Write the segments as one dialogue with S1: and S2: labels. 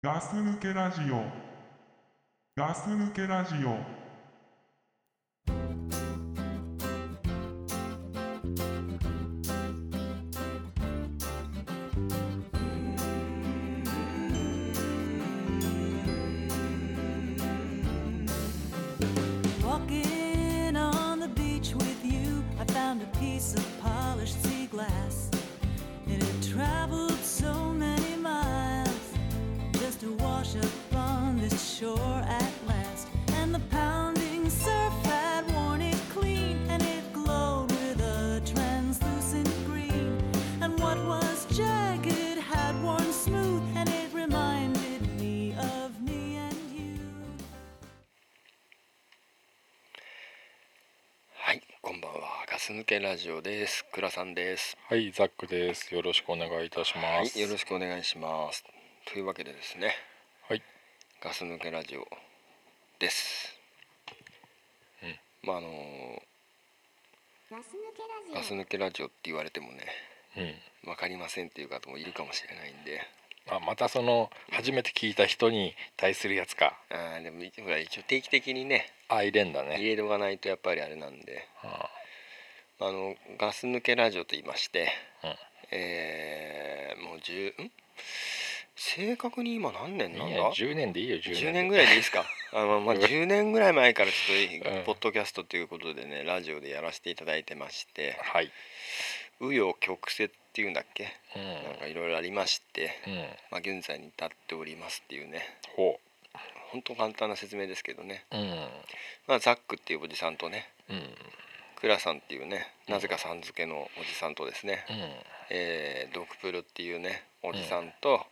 S1: ガス抜けラジオガス抜けラジオ
S2: Walking on the beach with you, I found a piece of polished sea glass. It had traveled so many miles just to wash up on this shore at last. And the pounding surf had worn it clean, and it glowed with a translucent green. And what was jagged had worn smooth, and it reminded me of me and you.
S3: はい、こんばんは。ガス抜けラジオです。倉さんです。
S4: はい、ザックです。よろしくお願いいたし
S3: は
S4: ま
S3: い、
S4: す。
S3: よろしくお願いします。というわけでですね、
S4: はい、
S3: ガス抜けラジオです。まああの
S5: ガス抜けラジオ
S3: ガス抜けラジオって言われてもね、
S4: う
S3: わかりませんっていう方もいるかもしれないんで、
S4: ん。あ、またその初めて聞いた人に対するやつか。
S3: あーでもほら一応定期的にね、
S4: あ、入れんだ
S3: 入
S4: ね。
S3: れとかないとやっぱりあれなんで、
S4: あ
S3: あのガス抜けラジオと言いまして、
S4: うん
S3: えーもう十ん正確に今何年
S4: い
S3: なん
S4: い
S3: だ
S4: や、？10年でいいよ、10
S3: 10
S4: 年。
S3: 年ぐらいでいいですかあの、 まあ、10年ぐらい前からちょっ
S4: うん
S3: とポッドキャストということでねラジオでやらせていただいてまして
S4: はい。
S3: 紆余曲折っていうんだっけ
S4: うん。
S3: なんかいろいろありまして、
S4: うん。
S3: まあ、現在に至っておりますっていうね
S4: ほ
S3: 本当簡単な説明ですけどね、
S4: う。うん。
S3: まあ、ザックっていうおじさんとね
S4: うん。
S3: クラさんっていうねなぜかさん付けのおじさんとですね、
S4: うん。
S3: えードクプルっていうねおじさんと、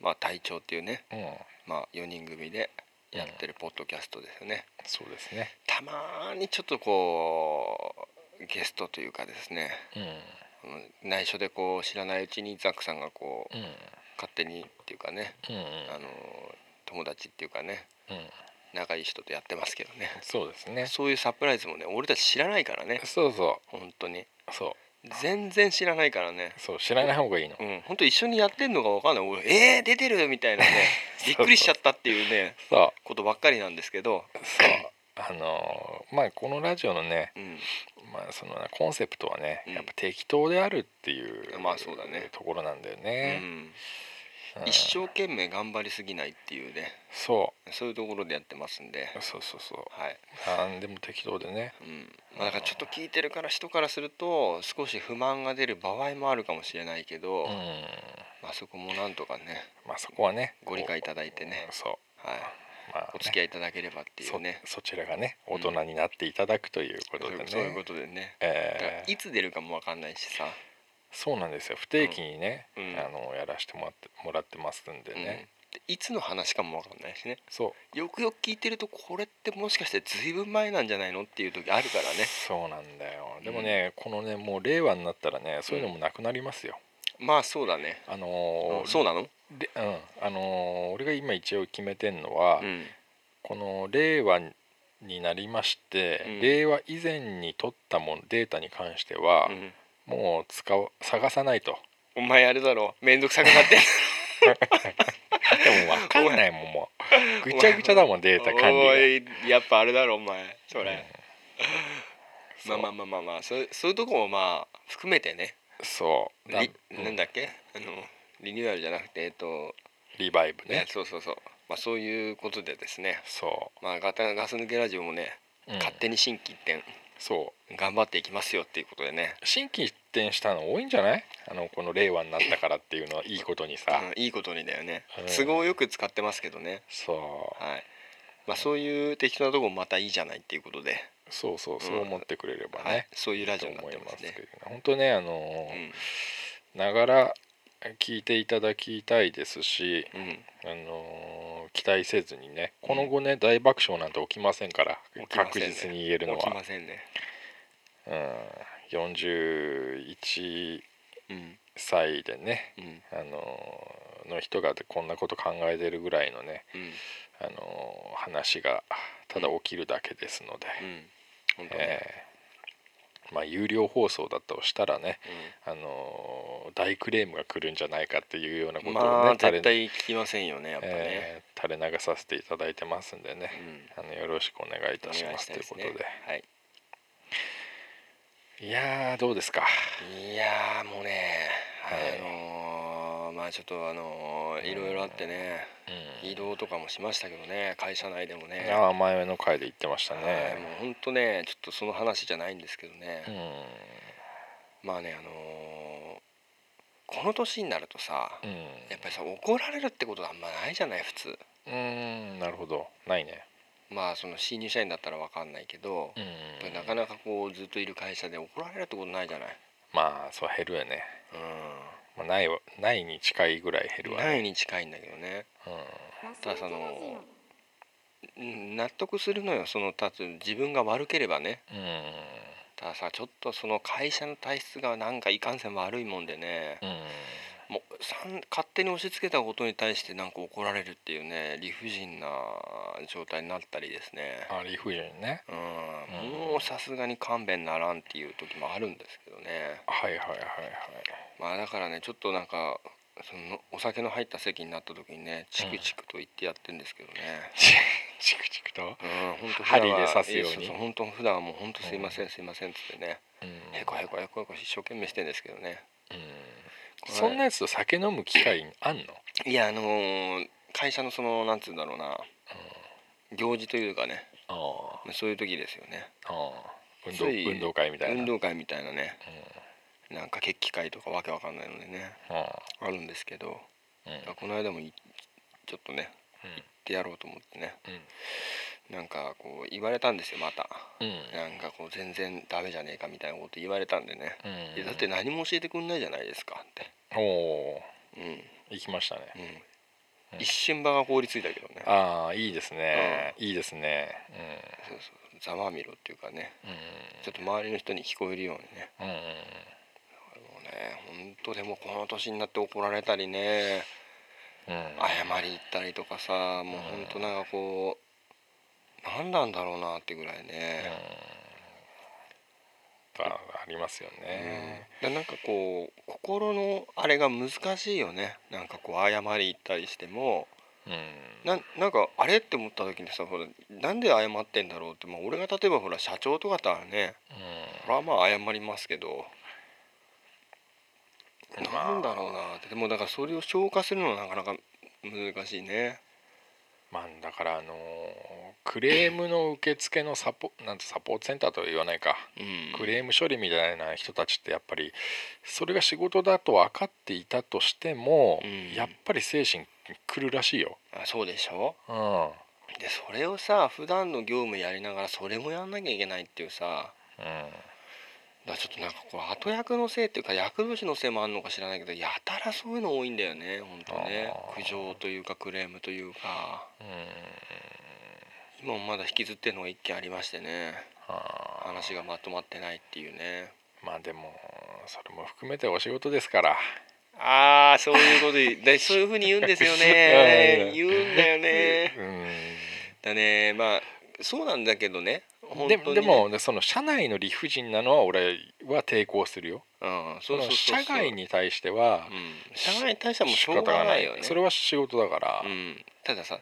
S3: まあ、隊長っていうね、
S4: うん。
S3: まあ、4人組でやってるポッドキャストですよね。
S4: そうですね。
S3: たまーにちょっとこうゲストというかですね
S4: うん。
S3: あの内緒でこう知らないうちにザックさんがこう
S4: うん。
S3: 勝手にっていうかね
S4: うん。
S3: あの友達っていうかね
S4: うん。
S3: 仲いい人とやってますけどね
S4: そうですね。
S3: そういうサプライズもね俺たち知らないからね
S4: そうそ
S3: 本当に
S4: う。そう。
S3: 全然知らないからね
S4: そう、知らない方がいいの
S3: う。ん本当一緒にやってんのか分かんない俺えー、出てるみたい なねびっくりしちゃったっていうね
S4: そう。
S3: ことばっかりなんですけど
S4: そう。あのーまあこのラジオのね、
S3: うん
S4: まあ、そのコンセプトはね、
S3: うん
S4: やっぱ適当であるっていう,、
S3: まあそうだね
S4: ところなんだよ
S3: う
S4: ね、
S3: ん
S4: うん
S3: 一生懸命頑張りすぎないっていうね
S4: そ
S3: そういうところでやってますんで、
S4: うそうそうそう
S3: はい、
S4: 何でも適当でね
S3: うん、まあだからちょっと聞いてるから人からすると少し不満が出る場合もあるかもしれないけど、
S4: うん
S3: まあそこもなんとかね、
S4: まあそこはね
S3: ご理解いただいてね
S4: こうそう
S3: はい、
S4: まあね、
S3: お付き合いいただければっていうね、
S4: そそちらがね
S3: うん
S4: 大人になっていただくということ
S3: そう
S4: で
S3: い
S4: ね、
S3: うそういうことでね、だから
S4: えー
S3: いつ出るかもわかんないしさ、
S4: そうなんですよ不定期にね、
S3: うん
S4: あのやらせてもらってもらってますんで
S3: うん
S4: ね、
S3: でいつの話かもわかんないしね、
S4: そう
S3: よくよく聞いてるとこれってもしかしてずいぶん前なんじゃないのっていう時あるからね、
S4: そうなんだよでもね、このねもう令和になったらねそういうのもなくなりますよ、
S3: まあそうだね、
S4: あの
S3: うん
S4: ー
S3: そうなの？
S4: でうんあのー俺が今一応決めてんのは、
S3: うん、
S4: この令和になりまして、
S3: うん
S4: 令和以前に取ったもんデータに関しては、
S3: うん
S4: もう使う探 さないと
S3: お前あれだろ面倒くさくなって
S4: でも分かんないもんもうぐちゃぐちゃだもんデータ管理
S3: おいやっぱあれだろお前そ
S4: が、
S3: れ、
S4: うん
S3: まあまあまあまあまあそうそういうとこもまあ含めてね
S4: そうだ
S3: リ
S4: うん
S3: なんだっけあのリニューアルじゃなくてえっと
S4: リバイブ
S3: ね
S4: ね
S3: そうそうそうまあそういうことでですね
S4: そ
S3: まあガタガス抜けラジオもね、
S4: う、うん
S3: 勝手に新規一転
S4: そう
S3: 頑張っていきますよっていうことでね、
S4: 新規一転したの多いんじゃないあのこの令和になったからっていうのはいいことにさ、
S3: うんいいことにだよね
S4: うん
S3: 都合よく使ってますけどね
S4: そう
S3: はいまあそういう適当なとこもまたいいじゃないっていうことで、
S4: そうそうそう思ってくれればね、
S3: はい、そういうラジ
S4: と
S3: オになっ
S4: 思
S3: て
S4: い
S3: ま
S4: ますすけど
S3: ね
S4: ね。本当ねあのーながら聞いていただきたいですし、
S3: うん、うん
S4: あのー期待せずにねこの後ね、大爆笑なんて起きませんから
S3: 起きませ
S4: 確
S3: んね
S4: 実に言えるの
S3: 起き
S4: は
S3: ま、せんね
S4: うん、41
S3: うん
S4: 歳でね、
S3: うん
S4: あのーの人がこんなこと考えてるぐらいのね、
S3: うん
S4: あのー話がただ起きるだけですので、
S3: うん本当ね、
S4: えまあ、有料放送だとしたらね、
S3: う
S4: あのー大クレームが来るんじゃないかっていうようなことを
S3: ん
S4: ね、
S3: まあ
S4: 垂れ
S3: 絶対聞きませんよねやっぱね、
S4: えー垂れ流させていただいてますんでね、あのよろしくお願いい
S3: うん、
S4: たしますと
S3: お願
S4: いう
S3: し
S4: こ
S3: た
S4: と
S3: いですねはい
S4: でいやーどうですか
S3: いやーもうね、
S4: はい
S3: あのーまあちょっとあのーいろいろあってね、
S4: うん
S3: 移動とかもしましたけどね会社内でもね
S4: ああ前の回で言ってました
S3: はい
S4: ね
S3: もうほんとねちょっとその話じゃないんですけどね、
S4: う
S3: まあねあのーこの年になるとさ、
S4: んうん
S3: やっぱりさ怒られるってことはあんまないじゃない普通
S4: うんなるほどないね
S3: まあその新入社員だったらわかんないけど、
S4: う
S3: やっぱり
S4: ん
S3: なかなかこうずっといる会社で怒られるってことないじゃない、
S4: まあそう減るよね、まあ、ないわないに近いぐらい減
S3: うん、
S4: るわね
S3: ないに近いんだけどねただそのうん納得するのよそのたつ自分が悪ければね
S4: うん、
S3: たださちょっとその会社の体質がなんかいかんせん悪いもんでね
S4: うん
S3: もうさん勝手に押し付けたことに対してなんか怒られるっていうね理不尽な状態になったりですね
S4: あ理不尽ね
S3: うん
S4: うん
S3: もうさすがに勘弁ならんっていう時もあるんですけどね
S4: はいはいはいはい
S3: まあだからねちょっとなんかそのお酒の入った席になった時にねチクチクと言ってやってるんですけどね、
S4: チチクチクと、
S3: うん、本当
S4: 針で刺すように
S3: 本当普段はもう本当すいませんすいませんっつってね、
S4: うん
S3: へこへこへこへこ一生懸命してんですけどね
S4: うん、そんなやつと酒飲む機会あんの
S3: いやあのー会社のそのなんつうんだろうな、行事というかね
S4: ああ
S3: そういう時ですよね
S4: ああ運動
S3: つい
S4: 運動会みたいな
S3: 運動会みたいなね、なんか決起会とかわけわかんないのでね
S4: あ
S3: あるんですけど、
S4: あうん
S3: この間もいちょっとね行ってやろうと思ってねなんかこう言われたんですよまた、
S4: うんうん
S3: なんかこう全然ダメじゃねえかみたいなこと言われたんでね、
S4: うん
S3: いやだって何も教えてくんないじゃないですかって、
S4: おお
S3: うん
S4: 行きましたね
S3: うん一瞬場が凍りついたけどね
S4: ああいいですね、いいですね
S3: そうそうざまあみろっていうかね
S4: うん
S3: ちょっと周りの人に聞こえるようにね
S4: うんうん
S3: もうね本当でもこの年になって怒られたりね
S4: うんうん
S3: 謝り行ったりとかさもう本当なんかこう何なんだろうなってぐらいね、
S4: やっぱありますよね、
S3: でなんかこう心のあれが難しいよねなんかこう謝り行ったりしても
S4: うん
S3: ななんかあれって思った時にさほらなんで謝ってんだろうって、まあ、俺が例えばほら社長とかだったらね
S4: う
S3: これはまあ謝りますけど、
S4: まあ
S3: なんだろうなってでもだからそれを消化するのはなかなか難しいね
S4: まあだからあのークレームの受付のサポなんてサポートセンターとは言わないか
S3: うん
S4: クレーム処理みたいな人たちってやっぱりそれが仕事だと分かっていたとしても、
S3: うん
S4: やっぱり精神くるらしいよ。
S3: あそうでしょ
S4: うん、
S3: でそれをさ普段の業務やりながらそれもやんなきゃいけないっていうさ
S4: うん
S3: だからちょっとなんかこれ後役のせいっていうか薬物のせいもあるのか知らないけどやたらそういうの多いんだよね本当ね
S4: あー
S3: 苦情というかクレームというか
S4: うん
S3: 今もまだ引きずってるのが一件ありましてね
S4: あ
S3: 話がまとまってないっていうね
S4: ーまあでもそれも含めてお仕事ですから
S3: ああそういうことででそういうふうに言うんです よね
S4: うん
S3: 言うんだよ
S4: う
S3: ね
S4: ん
S3: だねまあそうなんだけどね本当
S4: で
S3: にね
S4: でもその社内の理不尽なのは俺は抵抗するよ
S3: うん
S4: そ
S3: そうそうそ
S4: の
S3: う
S4: 社外
S3: に
S4: に対しては
S3: 社外に対してはもうしょうがないよね
S4: それは仕事だから
S3: う、んたださ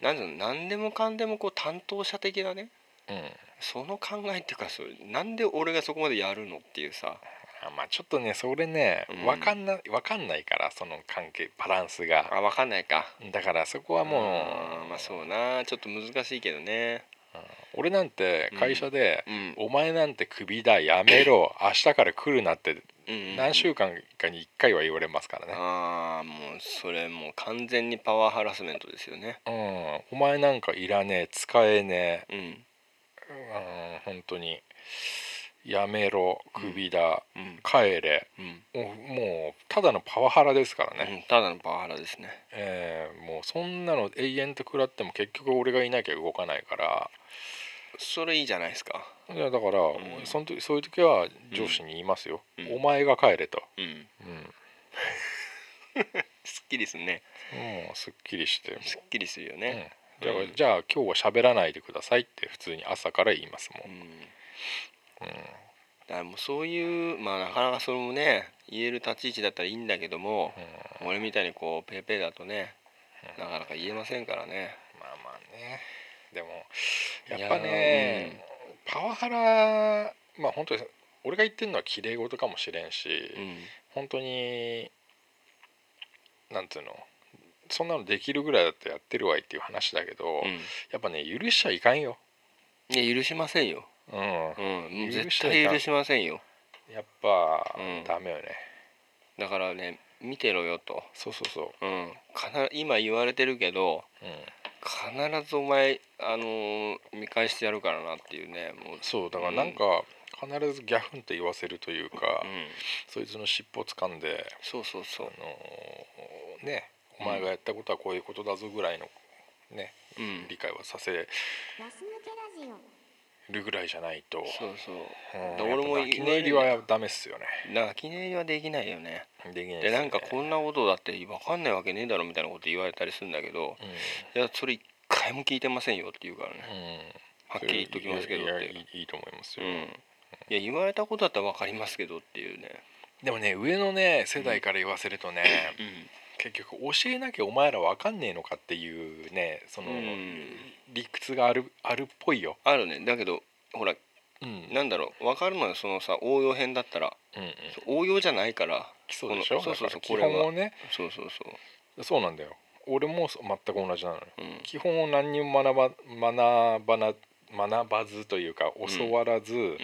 S3: 何で何でもかんでもこう担当者的なね
S4: うん
S3: その考えっていうかそれなんで俺がそこまでやるのっていうさ
S4: あまあちょっとねそれね
S3: うん
S4: 分かんなわかんないからその関係バランスが
S3: あ分かんないか
S4: だからそこはも
S3: ん
S4: う
S3: まあそうなちょっと難しいけどね
S4: 俺なんて会社で
S3: うん
S4: 「お前なんてクビだやめろ明日から来るな」って
S3: うん
S4: 何週間かに1回は言われますからね
S3: ああもうそれもう完全にパワーハラスメントですよね
S4: 「うんお前なんかいらねえ使えね
S3: うん
S4: えうん本当にやめろクビだ
S3: うん
S4: 帰れ」
S3: うん、
S4: もうもうただのパワハラですからね、
S3: うん、ただのパワハラですね
S4: えーもうそんなの永遠と食らっても結局俺がいなきゃ動かないから
S3: それいいじゃないですか
S4: いやだから、
S3: ん
S4: その時そういう時は上司に言いますよ、
S3: うん
S4: お前が帰れと、
S3: うん
S4: うん、
S3: すっきりするね
S4: もうすっきりして、
S3: すっきりするよ
S4: うん
S3: ね、
S4: じゃあ
S3: うん
S4: じゃあ今日は喋らないでくださいって普通に朝から言いますも、
S3: うんんだからもうそういうまあなかなかそれもね言える立ち位置だったらいいんだけども、俺みたいにこうペーペーだとねなかなか言えませんからね
S4: まあまあねでも
S3: い
S4: や
S3: や
S4: っぱね、パワハラまあ本当に俺が言ってるのはきれい事かもしれんし、
S3: うん
S4: 本当になんていうのそんなのできるぐらいだったらやってるわいっていう話だけど、
S3: うん
S4: やっぱね許しちゃいかんよ、
S3: いや許しませんよ、
S4: うん、
S3: うん、もう
S4: 許し
S3: 絶
S4: ちゃい
S3: 対
S4: かん
S3: 許しませんよ
S4: やっぱ、
S3: うん
S4: ダメよね
S3: だからね見てろよと、
S4: そうそうそう
S3: うん、かな今言われてるけど
S4: うん、
S3: 必ずお前、あのー見返してやるからなっていうねもう
S4: そうだからなんか、必ずギャフンって言わせるというか、
S3: うん、
S4: そいつの尻尾掴んで、
S3: そうそうそう
S4: あのーねお前がやったことはこういうことだぞぐらいのね、
S3: うん
S4: 理解はさせ
S5: ガス抜けラジオ
S4: るぐらいじゃないと、
S3: そうそう
S4: うん、
S3: だから俺も
S4: やっぱ泣き寝入りはダメっすよね
S3: 泣き寝入りはできないよね
S4: できないっす
S3: で
S4: ね
S3: なんかこんなことだって分かんないわけねえだろみたいなこと言われたりするんだけどいやそれ一回も聞いてませんよって言うからね
S4: うん、うん
S3: はっきり言っときますけどっ
S4: いや
S3: て
S4: いやいいいいと思います
S3: う
S4: よ、
S3: んいや言われたことだったら分かりますけどっていうね
S4: でもね上のね世代から言わせるとね、結局教えなきゃお前らわかんねえのかっていうねその、
S3: うん
S4: 理屈があるあるっぽいよ、
S3: あるねだけどほら
S4: うん
S3: なんだろう分かるのよそのさ応用編だったら
S4: うんうん、
S3: 応用じゃないから
S4: 基礎でしょ
S3: このそうそうそう
S4: だ
S3: こ
S4: か
S3: れ
S4: ら基本
S3: は
S4: をね
S3: そうそうそ
S4: そうなんだよ俺もそう全く同じなのよ
S3: ううん
S4: 基本を何にも学ば学ばな学ばずというか
S3: ん
S4: 教わらず、
S3: うん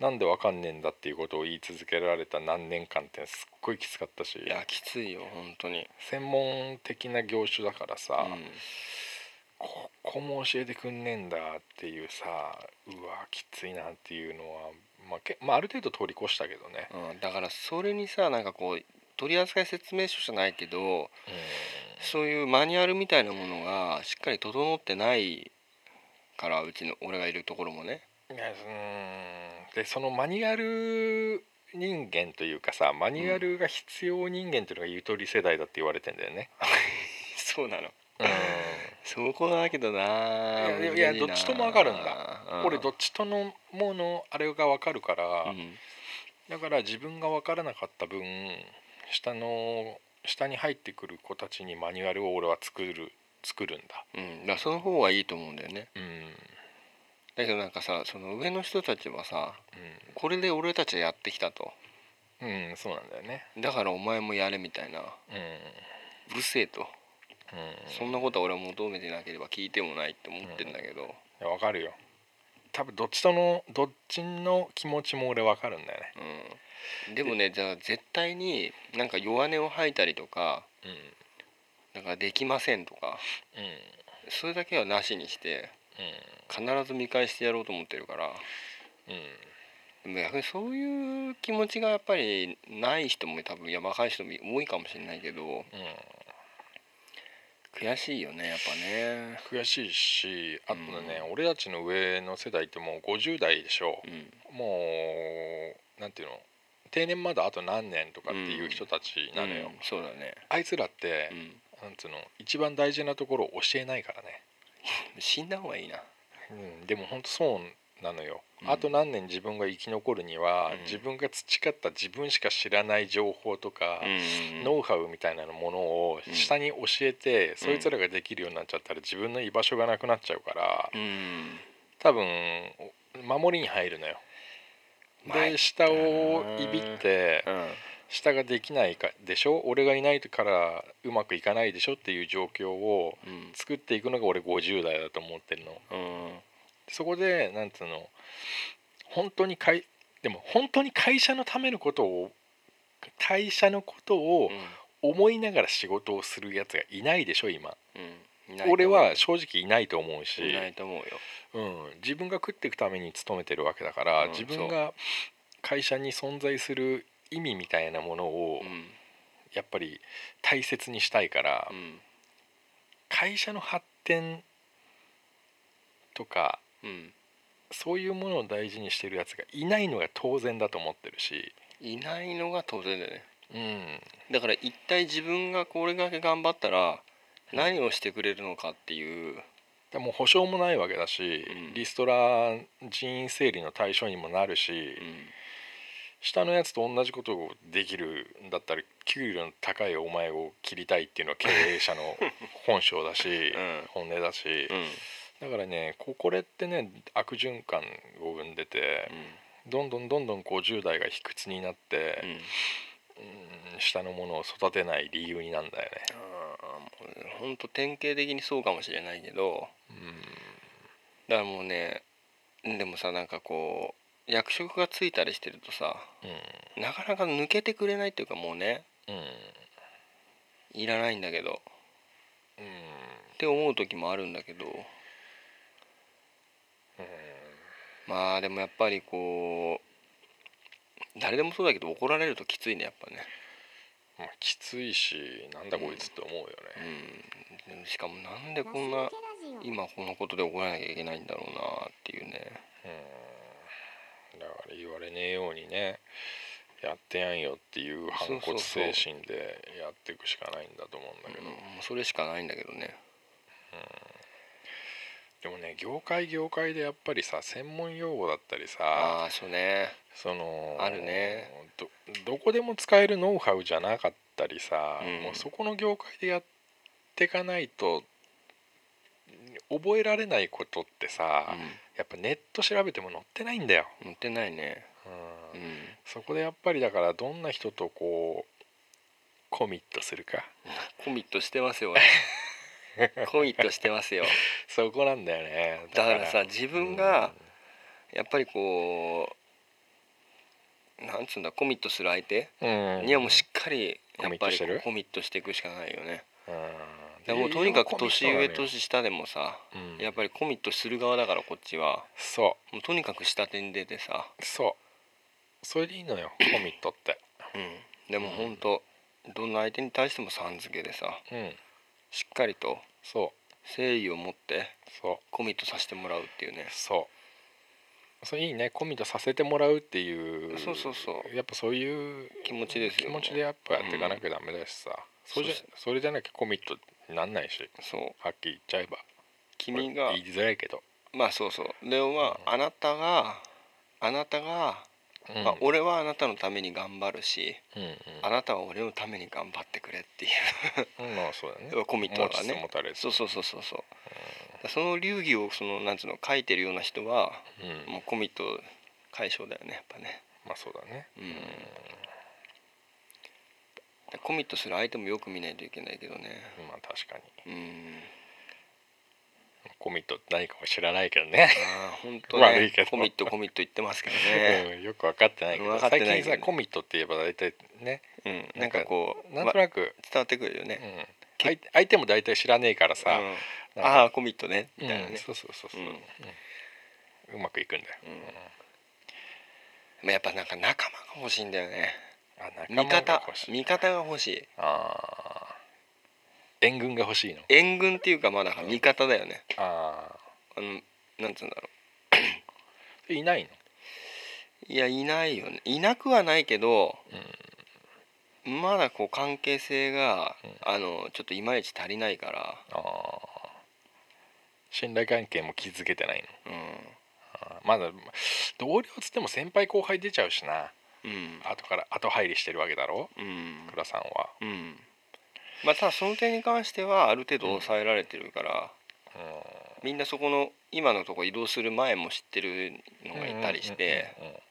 S4: なんでわかんねえんだっていうことを言い続けられた何年間ってすっごいきつかったし
S3: いやきついよ本当に
S4: 専門的な業種だからさ、
S3: うん
S4: ここも教えてくんねえんだっていうさうわきついなっていうのは、まあ、けまあある程度通り越したけどね、
S3: うん、だからそれにさなんかこう取扱説明書じゃないけどそういうマニュアルみたいなものがしっかり整ってないからうちの俺がいるところもね
S4: いやうんでそのマニュアル人間というかさマニュアルが必要人間というのがゆとり世代だって言われてんだよね。
S3: そうなの
S4: うん
S3: そこだけどない
S4: やい
S3: 難し
S4: や
S3: な
S4: どっちともわかるんだ
S3: う
S4: 俺どっちとのものあれが分かるから、
S3: うん
S4: だから自分が分からなかった分下の下に入ってくる子たちにマニュアルを俺は作る作るんだ。
S3: うん、だからその方がいいと思うんだよね
S4: うん
S3: だけどなんかさその上の人たちはさこれで俺たちはやってきたと
S4: うん、うん、そうなんだよね。
S3: だからお前もやれみたいな
S4: うん、
S3: うるせえとそ
S4: うん
S3: なことは俺は求めてなければ聞いてもないって思ってんだけど、
S4: ん、わかるよ。多分どっちとのどっちの気持ちも俺わかるんだよね。
S3: うん、でもねじゃあ絶対になんか弱音を吐いたりとか
S4: うん
S3: なんかできませんとか
S4: うん
S3: それだけはなしにして必ず見返してやろうと思ってるから
S4: うんうん
S3: でも逆にそういう気持ちがやっぱりない人も多分いや若い人も多いかもしれないけど
S4: うん
S3: 悔しいよねやっぱね。
S4: 悔しいしあとね、俺たちの上の世代ってもう50代でしょ
S3: う、ん
S4: もうなんていうの定年まだあと何年とかっていう人たちなのよ、
S3: うんそうだね、
S4: あいつらっ
S3: う
S4: て、
S3: ん、
S4: なんつうの一番大事なところを教えないから
S3: 死んだ方がいいな
S4: ね、うん、でも本当そうなのよ、
S3: うん
S4: あと何年自分が生き残るには、
S3: うん
S4: 自分が培った自分しか知らない情報とか、
S3: うん
S4: ノウハウみたいなものを下に教えて、そいつらができるようになっちゃったら自分の居場所がなくなっちゃうから、
S3: うん
S4: 多分守りに入るのよ。
S3: まい
S4: で下をいびって
S3: うん
S4: 下ができないかでしょ俺がいないからうまくいかないでしょっていう状況を
S3: うん
S4: 作っていくのが俺50代だと思ってるの
S3: うん
S4: そこでなんつうの本当に会でも本当に会社のためのことを会社のことを思いながら仕事をするやつがいないでしょ今
S3: うんいないと思う
S4: 俺は正直いないと思うし
S3: いないと思うよ
S4: うん、自分が食っていくために勤めてるわけだから、
S3: うん
S4: 自分が会社に存在する意味みたいなものを
S3: うん
S4: やっぱり大切にしたいから、
S3: うん
S4: 会社の発展とか
S3: うん
S4: そういうものを大事にしてるやつがいないのが当然だと思ってるし、
S3: いないのが当然だよね
S4: うん、
S3: だから一体自分がこれだけ頑張ったら何をしてくれるのかっていう
S4: でもう保証もないわけだし、
S3: うん
S4: リストラ人員整理の対象にもなるし、
S3: う
S4: 下のやつと同じことをできるんだったら給料の高いお前を切りたいっていうのは経 営者の本性だし、
S3: ん
S4: 本音だし
S3: う、ん
S4: だからねここれってね悪循環を生んでて、どんどんどんどんこう10代が卑屈になって、
S3: うん
S4: うん下のものを育てない理由になんだよね。
S3: あーもうほんと典型的にそうかもしれないけどだからもうねでもさなんかこう役職がついたりしてるとさ
S4: う
S3: なかなか抜けてくれないっていうかもうね
S4: んうん
S3: いらないんだけど
S4: うん
S3: って思う時もあるんだけどまあでもやっぱりこう誰でもそうだけど怒られるときついねやっぱね
S4: まあ、きついしなんだこいつって思うよね、
S3: うんしかもなんでこんな今このことで怒らなきゃいけないんだろうなっていうね
S4: だから言われねえようにねやってやんよっていう反
S3: そう
S4: 骨
S3: そうそ
S4: 精
S3: う
S4: 神でやっていくしかないんだと思うんだけど、
S3: もうそれしかないんだけどね
S4: でもね業界業界でやっぱりさ専門用語だったり
S3: あ
S4: さ
S3: あそうね
S4: その
S3: あるね
S4: どどこでも使えるノウハウじゃなかったりさ、
S3: うん
S4: もうそこの業界でやっていかないと覚えられないことってさ、
S3: う
S4: やっぱネット調べても載ってないんだよ。
S3: ん乗ってないね
S4: うん
S3: うん
S4: そこでやっぱりだからどんな人とこうコミットするか
S3: コミットしてますよ コミットしてますよ
S4: そこなんだよね
S3: だからさ自分がやっぱりこうなんつうんだコミットする相手
S4: うん
S3: にはもうしっかり
S4: うん
S3: やっぱり
S4: コミットしてる
S3: コミットしていくしかないよね
S4: うん
S3: だからもうとにかく年上
S4: でいいよコミットなのよ
S3: 年下でもさ
S4: うん
S3: やっぱりコミットする側だからこっちは
S4: そ
S3: もうとにかく下手に出てさ、
S4: うそうそれでいいのよコミットって
S3: でもほんとどんな相手に対してもさん付けでさ
S4: うん
S3: しっかりと
S4: そう
S3: 誠意を持って
S4: そう
S3: コミットさせてもらうっていうね
S4: そうそれいいねコミットさせてもらうっていう
S3: そうそうそう
S4: やっぱそういう
S3: 気持ちですよ
S4: 気持ちでやっぱやっていかなきゃダメだしさ、それじゃ
S3: そう
S4: それじゃなきゃコミットになんないし
S3: そう
S4: はっきり言っちゃえば
S3: 君が
S4: これ言いづらいけど、
S3: まあそうそうでもまああなたがあなたが、
S4: うん
S3: まあ、俺はあなたのために頑張るし、
S4: うんうん
S3: あなたは俺のために頑張ってくれってい
S4: うんまあそうだね
S3: うコミットだから
S4: 持ちつ
S3: ね
S4: 持たれつ
S3: そうそうそうそうそうだからその流儀をそのなんつうの書いてるような人は
S4: うん
S3: もうコミット解消だよねやっぱね
S4: まあそうだね
S3: うんだからコミットする相手もよく見ないといけないけどね
S4: まあ確かに
S3: うん
S4: コミットって何かも知らないけどね
S3: ああ本当
S4: 悪い
S3: ね
S4: けど
S3: コミットコミット言ってますけどね
S4: うんよく分かってないけど
S3: 分かってないけど
S4: 最近さコミットって言えば大体ね
S3: うんなんかこう
S4: なんと
S3: わ
S4: なく、
S3: 伝わってくるよ
S4: う
S3: ね
S4: ん、相相手も大体知らねえからさ、
S3: うん
S4: なん
S3: あ
S4: か
S3: あコミットねみたいな
S4: うん
S3: ね
S4: そうそうそうそう、
S3: う
S4: うんうまくいくんだよ、
S3: まあやっぱなんか仲間が欲しいんだよね
S4: あ仲
S3: 味
S4: 間が
S3: 方
S4: 欲しい
S3: 味方が欲しい
S4: あー援軍が欲しいの
S3: 援軍っていうかまあなんか味方だよね
S4: あ
S3: あのなんつうんだろ
S4: ーいないの
S3: ういやいないよねいなくはないけど、まだこう関係性が、あのちょっといまいち足りないから、
S4: あー信頼関係も築けてないの
S3: う
S4: あーまだ同僚つっても先輩後輩出ちゃうしなん
S3: うん
S4: 後から後入りしてるわけだろ
S3: うん
S4: 倉さんは、
S3: うんまあただその点に関してはある程度抑えられてるから、みんなそこの今のとこ移動する前も知ってるのがいたりして、
S4: うんうんうんうんうん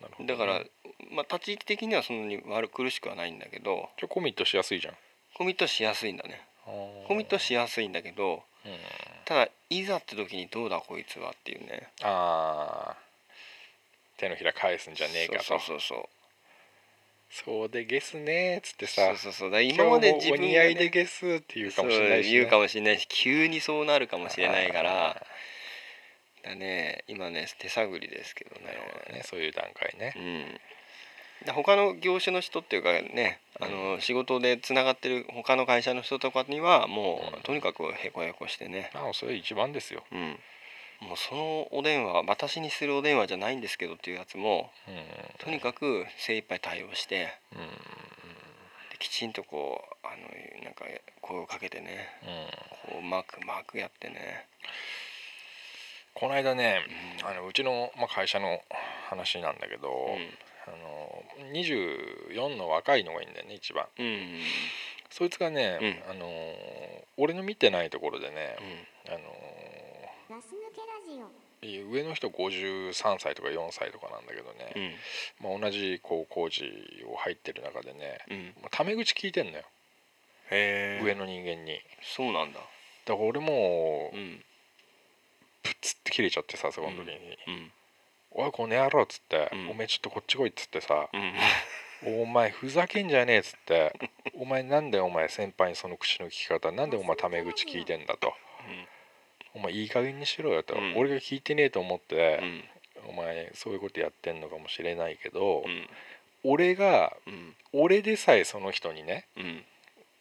S4: なる
S3: だ
S4: ほ
S3: か
S4: どね
S3: ら、まあ、立ち位置的にはそんなに悪苦しくはないんだけど
S4: じゃあコミットしやすいじゃん
S3: コミットしやすいんだねコミットしやすいんだけど
S4: うん
S3: ただいざって時にどうだこいつはっていうね
S4: あー手のひら返すんじゃねえかと
S3: そ
S4: そう
S3: そうそう
S4: でゲスねーっつって
S3: そ
S4: さ
S3: うそうそうだから
S4: 今
S3: 今
S4: 日
S3: ま
S4: ま
S3: で
S4: で
S3: 自
S4: 自分、
S3: 分がね
S4: お似合いでゲスって言うかもしれないし、
S3: そう言うかもしれないし急にそうなるかもしれないからだ
S4: あ
S3: からね今ね手探りですけど
S4: ーなるほど
S3: ね
S4: ねそういう段階ね、
S3: うん、他の業種の人っていうかねあの仕事でつながってる他の会社の人とかにはも
S4: うん
S3: うとにかくへこへこしてね、
S4: まあそれ一番ですよ、
S3: うん、もうそのお電話私にするお電話じゃないんですけどっていうやつも
S4: うん
S3: とにかく精一杯対応して
S4: うんうん
S3: できちんとこうあのなんか声をかけてね
S4: うん
S3: こううまくうまくやってね
S4: この間ねあのうちの、まあ、会社の話なんだけど、
S3: うん
S4: あの24の若いのがいいんだよね一番
S3: うん
S4: そいつがね、あの俺の見てないところでね、あの
S5: ガス抜けラジオ
S4: いや上の人53歳とか4歳とかなんだけど
S3: う
S4: ね、
S3: ん
S4: まあ、同じこう工事を入ってる中でね
S3: うんうん
S4: まあタメ口聞いてんのよ、
S3: へ
S4: 上
S3: え
S4: の人間に
S3: そうなんだ
S4: だから俺も
S3: う
S4: うんプツって切れちゃってさそこの時に
S3: うん
S4: 「おいこの野郎」っつって「
S3: うん
S4: おめえちょっとこっち来い」っつってさ
S3: うん
S4: 「お前ふざけんじゃねえ」っつって「お前なんでお前先輩にその口の利き方なんでお前タメ口聞いてんだ」と
S3: うん
S4: 「お前いい加減にしろよ」と
S3: うん
S4: 「俺が聞いてねえと思って
S3: うん
S4: お前そういうことやってんのかもしれないけど
S3: うん
S4: 俺が
S3: うん
S4: 俺でさえその人にね
S3: うん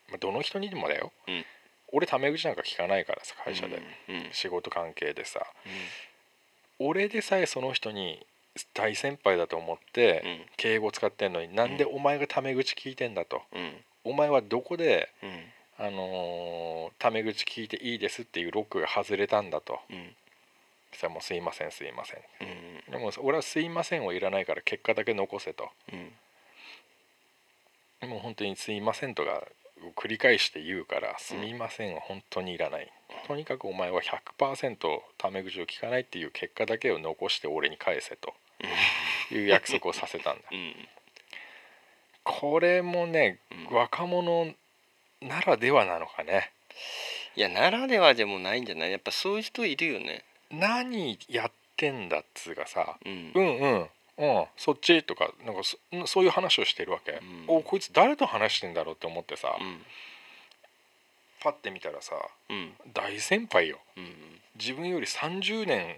S4: まあどの人にでもだよ
S3: うん
S4: 俺タメ口なんか聞かないからさ会社で
S3: うんうん
S4: 仕事関係でさ俺でさえその人に大先輩だと思って
S3: うん
S4: 敬語使ってんのになんでお前がタメ口聞いてんだと、
S3: うん
S4: お前はどこで、
S3: うん
S4: あのータメ口聞いていいですっていうロックが外れたんだと
S3: うん
S4: そしたらもうすいませんすいません
S3: うん
S4: でも俺はすいませんをいらないから結果だけ残せと
S3: うん
S4: もう本当にすいませんとか繰り返して言うからすみませんは本当にいらない、とにかくお前は100%タメ口を聞かないっていう結果だけを残して俺に返せという約束をさせたんだ
S3: うん
S4: これもね
S3: うん
S4: 若者ならではなのかね
S3: いやならではでもないんじゃないやっぱそういう人いるよね
S4: 何やってんだっつうかさ
S3: うん
S4: うんうんうんそっちとかなんかそそういう話をしてるわけ、
S3: ん
S4: おこいつ誰と話してんだろうって思ってさ、
S3: うん
S4: パッて見たらさ
S3: うん
S4: 大先輩よ
S3: うん
S4: 自分より30年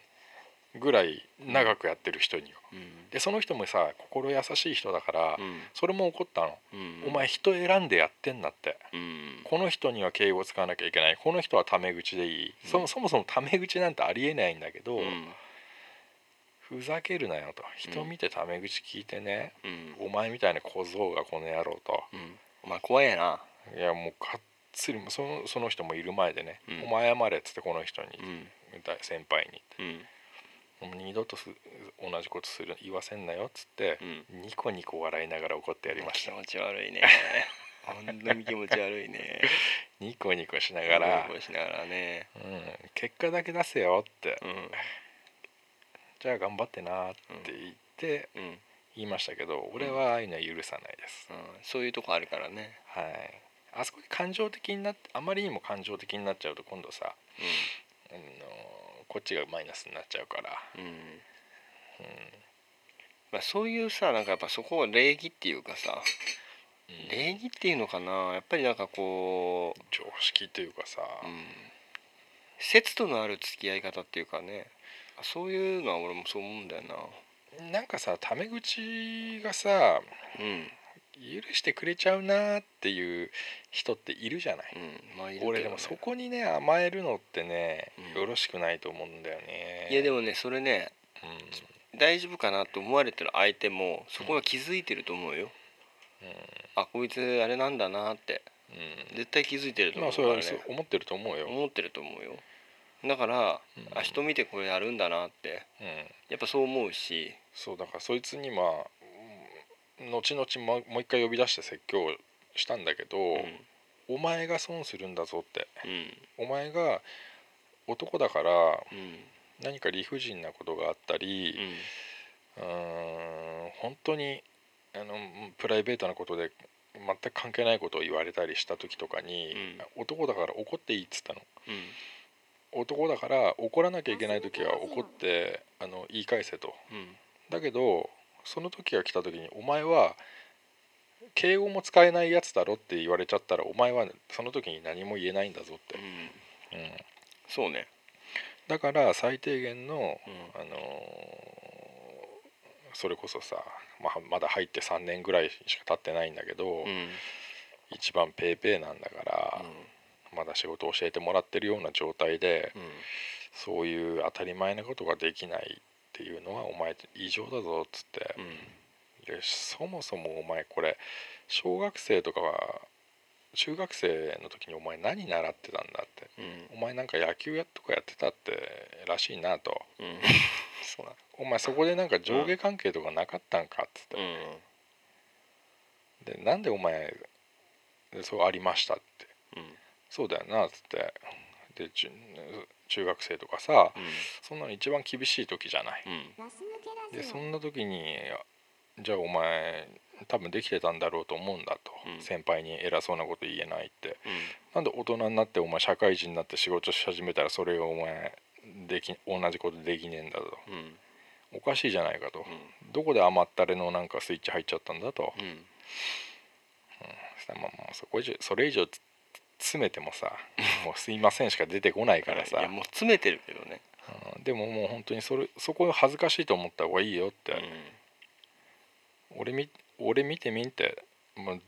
S4: ぐらい長くやってる人によ
S3: うん
S4: でその人もさ心優しい人だから、
S3: うん
S4: それも怒ったの、
S3: うん
S4: お前人選んでやってんだって、
S3: うん
S4: この人には敬語を使わなきゃいけないこの人はタメ口でいい、そもそもそもタメ口なんてありえないんだけど、
S3: うん
S4: ふざけるなよと人見てタメ口聞いてね、
S3: うん
S4: お前みたいな小僧がこの野郎と
S3: うんお前怖えない
S4: やもうがっつりそのその人もいる前でね、
S3: うん
S4: お前謝れっつってこの人に、
S3: うん
S4: 大先輩に
S3: うん
S4: もう二度とす同じことする言わせんなよっつって
S3: う、ん
S4: ニコニコ笑いながら怒ってやりまし
S3: 気
S4: た
S3: 持ち悪い ね本当に気持ち悪いね
S4: ニコニコしながら
S3: ゴロゴ、ロしながらね
S4: うん、結果だけ出せよって、
S3: うん
S4: じゃあ頑張ってなって言って、
S3: うん、うん、
S4: 言いましたけど俺はああいうのは許さないです、
S3: そういうとこあるからね
S4: はいあそこで感情的になってあまりにも感情的になっちゃうと今度さ、あのこっちがマイナスになっちゃうから
S3: うん、うんまあ、そういうさなんかやっぱそこは礼儀っていうかさ
S4: うん
S3: 礼儀っていうのかなやっぱりなんかこ
S4: 常識というかさ、
S3: う、うん、節度のある付き合い方っていうかねそういうのは俺もそう思うんだよな
S4: なんかさタメ口がさ
S3: うん
S4: 許してくれちゃうなっていう人っているじゃない、
S3: うんまあいるけどね
S4: 俺でもそこにね甘えるのってね、
S3: うん
S4: よろしくないと思うんだよね
S3: いやで
S4: も、
S3: もねそれね
S4: うん
S3: 大丈夫かなと思われてる相手もそこは気づいてると思うよ、
S4: うん
S3: あこいつあれなんだなって
S4: うん
S3: 絶対気づいてると思
S4: まあ
S3: うか
S4: それ
S3: ら
S4: はそう
S3: ね
S4: 思ってると思うよ、うん
S3: 思ってると思うよだから、
S4: うん
S3: あ人見てこれやるんだなってやっぱそう思うし
S4: そうだからそいつにまあうん後々ももう一回呼び出して説教したんだけど、
S3: うん
S4: お前が損するんだぞって
S3: うん
S4: お前が男だから
S3: うん
S4: 何か理不尽なことがあったり、
S3: うん
S4: うーん本当にあのプライベートなことで全く関係ないことを言われたりした時とかに、男だから怒っていいっつったの男だから怒らなきゃいけない時は怒ってあの言い返せと
S3: うん
S4: だけどその時が来た時にお前は敬語も使えないやつだろって言われちゃったらお前はその時に何も言えないんだぞっ
S3: う
S4: て、
S3: ん
S4: うん、
S3: そうね
S4: だから最低限
S3: う
S4: の
S3: ん
S4: あのーそれこそさ、まあ、まだ入って3年ぐらいしか経ってないんだけど、
S3: うん
S4: 一番ペーペーなんだから、まだ仕事を教えてもらってるような状態で、
S3: うん
S4: そういう当たり前なことができないっていうのはお前異常だぞっつって、
S3: うん
S4: でそもそもお前これ小学生とかは中学生の時にお前何習ってたんだって
S3: うん
S4: お前なんか野球やとかやってたってらしいなと
S3: うんそうだ
S4: お前そこでなんか上下関係とかなかったんか」っつって、
S3: うん
S4: でなんでお前そうありました」って
S3: うん
S4: 「そうだよな」っつってで中中学生とかさ
S3: うん
S4: そんなの一番厳しい時じゃない。
S3: うん
S5: ガス抜けラ
S4: で
S5: ジ
S4: そ
S5: オ
S4: んな時に「じゃあお前多分できてたんだろうと思うんだ」と、
S3: うん
S4: 先輩に偉そうなこと言えないって
S3: うん
S4: なんで大人になってお前社会人になって仕事し始めたらそれをお前でき同じことできねえんだと
S3: うん
S4: おかしいじゃないかと、
S3: う
S4: どこで甘ったれのなんかスイッチ入っちゃったんだと、
S3: うん
S4: そしたらまあまあそこ以上それ以上つ詰めてもさもうすいませんしか出てこないからさ
S3: いやもう詰めてるけどね
S4: うんでももう本当にそれそこ恥ずかしいと思った方がいいよって、俺み俺見てみんってもう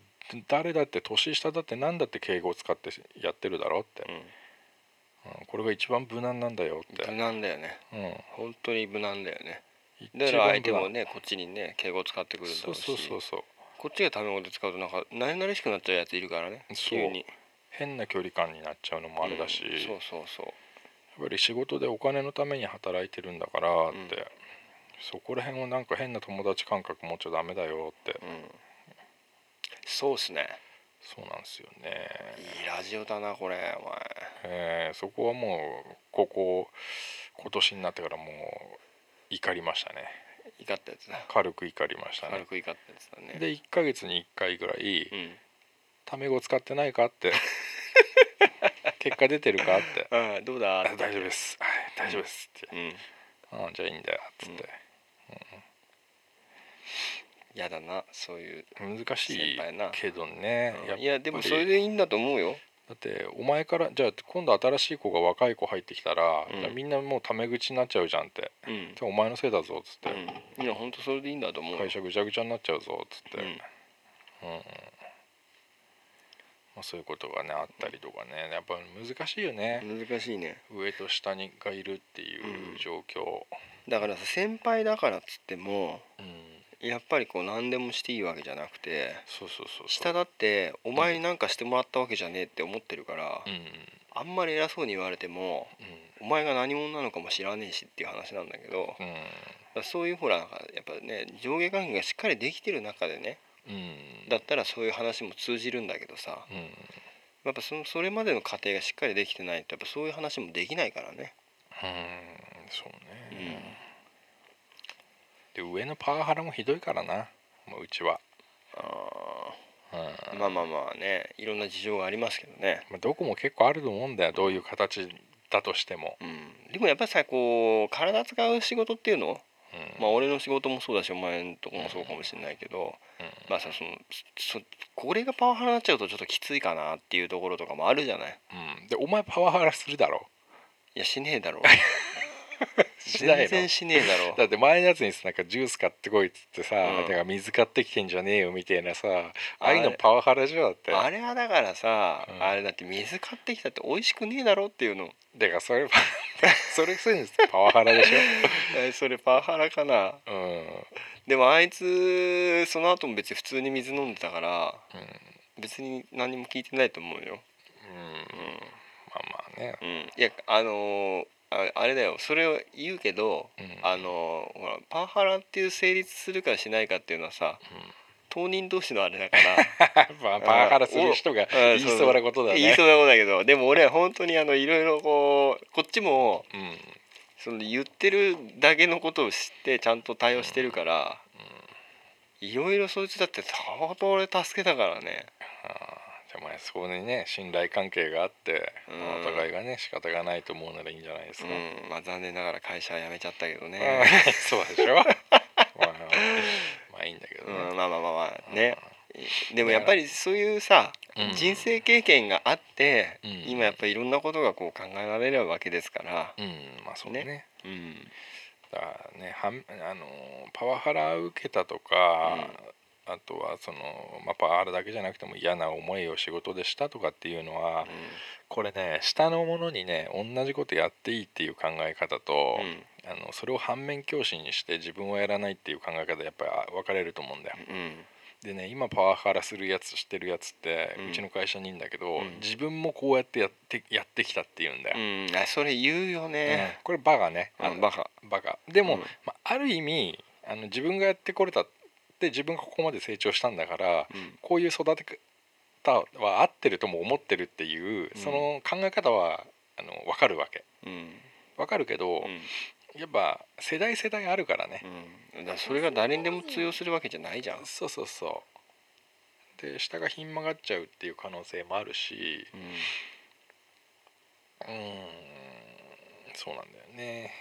S4: 誰だって年下だって何だって敬語を使ってやってるだろって
S3: う、ん
S4: うんこれが一番無難なんだよっ
S3: うん無
S4: て、
S3: 難だよね
S4: う
S3: 本当に無難だよね
S4: ん、
S3: だから相手
S4: 一番無
S3: も
S4: 難
S3: ねこっちにね敬語を使ってくるんだ
S4: そ
S3: ろ
S4: う
S3: うし
S4: そうそうそう
S3: こっちがタメ語で使うとなんか慣れ慣れしくなっちゃうやついるからね
S4: そう
S3: 急に
S4: 変な距離感になっちゃうのもあれだし、
S3: うんそ
S4: や
S3: う
S4: っ
S3: そうそう
S4: ぱり仕事でお金のために働いてるんだからって、
S3: うん
S4: そこら辺をなんか変な友達感覚持っちゃダメだよって、
S3: うんそうっすね
S4: そうなんですよね、
S3: いいラジオだなこれお前
S4: えーそこはもうここ今年になってからもう怒りましたね
S3: 怒ったやつだ
S4: 軽く怒りましたね
S3: 軽く怒ったやつだね
S4: で1ヶ月に1回ぐらい
S3: うん
S4: タメ語使ってないかって 結果出てるかって
S3: ああどうだ
S4: あ大丈夫ですはい大丈夫ですって
S3: うん
S4: あじゃあいいんだよっつって、
S3: やだなそういう
S4: 難し
S3: 先
S4: い
S3: 輩な
S4: けどね
S3: うん
S4: やっぱり
S3: いやでもそれでいいんだと思うよ
S4: だってお前からじゃあ今度新しい子が若い子入ってきたら、
S3: うん
S4: じゃあみんなもうタメ口になっちゃうじゃんって
S3: うん
S4: じゃあお前のせいだぞっつって、
S3: うんいや本当それでいいんだと思うよ
S4: 会社ぐちゃぐちゃになっちゃうぞっつって、
S3: うん
S4: うんうんまあ、そういうことがねあったりとかねやっぱ難しいよね、
S3: 難しいね
S4: 上と下にがいるっていう状況、
S3: だからさ先輩だからっつっても
S4: うん
S3: やっぱりこう何でもしていいわけじゃなくて
S4: そうそうそうそう
S3: 下だってお前になんかしてもらったわけじゃねえって思ってるから
S4: うんうん
S3: あんまり偉そうに言われてもお前が何者なのかも知らねえしっていう話なんだけどだか
S4: うん
S3: らそういうほらなんかやっぱね上下関係がしっかりできてる中でね
S4: うん
S3: だったらそういう話も通じるんだけどさ
S4: うん
S3: やっぱそのそれまでの過程がしっかりできてないとやっぱそういう話もできないからね。
S4: うんそう
S3: う
S4: ね、
S3: ん
S4: で上のパワハラもひどいからなもううちは、
S3: あ
S4: うん
S3: ー
S4: ま
S3: まあまあまあねいろんな事情がありますけどね、
S4: あ、どこも結構あると思うんだよどういう形だとしても、
S3: うん、でもやっぱりさこう体使う仕事っていうの
S4: うん
S3: まあ俺の仕事もそうだしお前のとこもそうかもしれないけど、
S4: うん
S3: まあさそのそこれがパワハラになっちゃうとちょっときついかなっていうところとかもあるじゃない
S4: うん、でお前パワハラするだろ
S3: いやしねえ だろ
S4: しない
S3: 全
S4: の
S3: 然しねえだろ
S4: だって前のやつにさなんかジュース買ってこいっつってさ、
S3: うん
S4: だから水買ってきてんじゃねえよみたいなさああ
S3: あれ
S4: いうのパワハラじゃんだって
S3: あれはだからさ、
S4: うん
S3: あれだって水買ってきたって美味しくねえだろっていうの
S4: だからそれ それくせにパワハラでし
S3: えそれパワハラかな
S4: ょ、うんうん、
S3: でもあいつその後も別に普通に水飲んでたから別に何も聞いてないと思うよ、
S4: うんまあまあね
S3: うんいやあのーああれだよそれを言うけど、
S4: うん
S3: あのーほらパワハラっていう成立するかしないかっていうのはさ、当人同士のあれだから
S4: まあパワハラする人が
S3: うん
S4: 言いそうなことだね
S3: 言いそうなことだけどでも俺は本当にあのいろいろこうこっちも
S4: うんうん
S3: その言ってるだけのことを知ってちゃんと対応してるから、いろいろそいつだって相当俺助けたからね
S4: あーじゃあまあそこにね信頼関係があって、
S3: うん
S4: まあお互いがね仕方がないと思うならいいんじゃ ないですか、
S3: うんまあ残念ながら会社は辞めちゃったけど
S4: うん
S3: ね、
S4: そうでしょまあまあいいんだけど
S3: う
S4: ね、
S3: ん、まあまあまあまあねでもやっぱりそういうさ、
S4: うん
S3: 人生経験があって、
S4: うん
S3: 今やっぱりいろんなことがこう考えられるわけですから、
S4: うんまあそうね
S3: ねうん
S4: だからねはんあのーパワハラ受けたとか、あとはその、まあ、パワハラだけじゃなくても嫌な思いを仕事でしたとかっていうのは、これね下の者にね同じことやっていいっていう考え方と、あのそれを反面教師にして自分はやらないっていう考え方やっぱりあ分かれると思うんだよ。
S3: うん
S4: でね今パワハラするやつしてるやつって、
S3: う
S4: うんちの会社にいるんだけど、
S3: うん
S4: 自分もこうやってやってやってきたって言うんだよ、
S3: うんあそれ言うよ
S4: うん
S3: ね、
S4: これバカね
S3: あのバカ
S4: バカでも、
S3: うん
S4: まあ、ある意味あの自分がやってこれたって自分がここまで成長したんだから
S3: うん
S4: こういう育て方は合ってるとも思ってるっていう
S3: うん
S4: その考え方はあの分かるわけ
S3: うん
S4: 分かるけ
S3: う
S4: ど、
S3: ん
S4: やっぱ世代世代あるからね、
S3: うん、だからそれが誰にでも通用するわけじゃないじゃん、
S4: そうそうそうで下がひん曲がっちゃうっていう可能性もあるし
S3: うん
S4: うーんそうなんだよね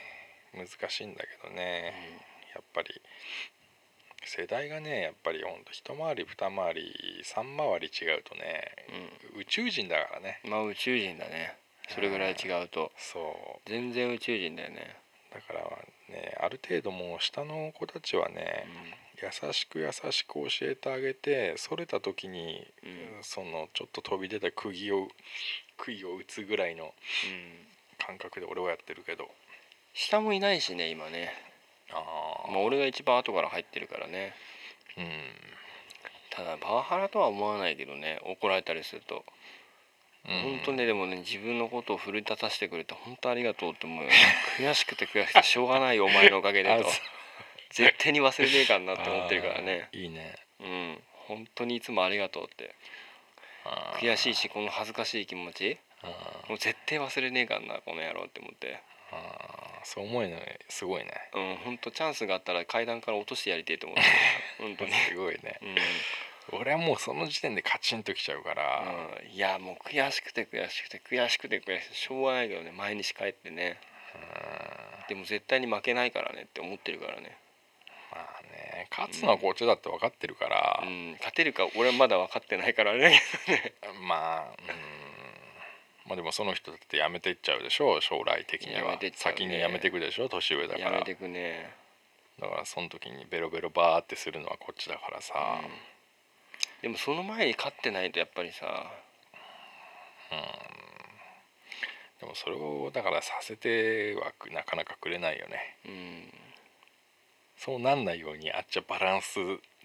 S4: 難しいんだけどね、やっぱり世代がねやっぱりほんと一回り二回り三回り違うとね宇宙人だからね
S3: うん、まあ宇宙人だねそれぐらい違うと
S4: そう
S3: 全然宇宙人だよね、
S4: だからねある程度もう下の子たちはね優しく優しく教えてあげてそれた時に、
S3: うん
S4: そのちょっと飛び出た釘を杭を打つぐらいの
S3: うん、
S4: 感覚で俺はやってるけど
S3: 下もいないしね今ね、
S4: ああ
S3: まあ、俺が一番後から入ってるからね
S4: うん
S3: ただパワハラとは思わないけどね怒られたりすると、
S4: うん
S3: 本当ねでもね自分のことを奮い立たせてくれて本当ありがとうって思うよね悔しくて悔しくてしょうがないよお前のおかげで
S4: あ
S3: と
S4: そう
S3: 絶対に忘れねえかんなって思ってるからね
S4: あーいいね
S3: うん本当にいつもありがとうって
S4: あー
S3: 悔しいしこの恥ずかしい気持ち
S4: あー
S3: もう絶対忘れねえかんなこの野郎って思って
S4: あーそう思えるのすごいね
S3: うん本当チャンスがあったら階段から落としてやりてえと思ってる本当に
S4: すごいね 俺はもうその時点でカチンときちゃうから、
S3: うん、うん、いやもう悔しくて悔しくて悔しくて悔しくてしょうがないけどね毎日帰ってね
S4: うん
S3: でも絶対に負けないからねって思ってるからね、
S4: まあね勝つのはこっちだって分かってるから
S3: う、ん、勝てるか俺はまだ分かってないからね
S4: まあうんまあでもその人だって辞めていっちゃうでしょ将来的には
S3: 辞めてっちゃうね
S4: 先に辞めていくでしょ年上だか
S3: や
S4: ら
S3: め
S4: だ
S3: てくね
S4: からその時にベロベロバーってするのはこっちだからさ、
S3: うんでもその前に勝ってないとやっぱりさ
S4: でもそれをだからさせてはなかなかくれないよね
S3: うん
S4: そうなんないようにあっちはバランス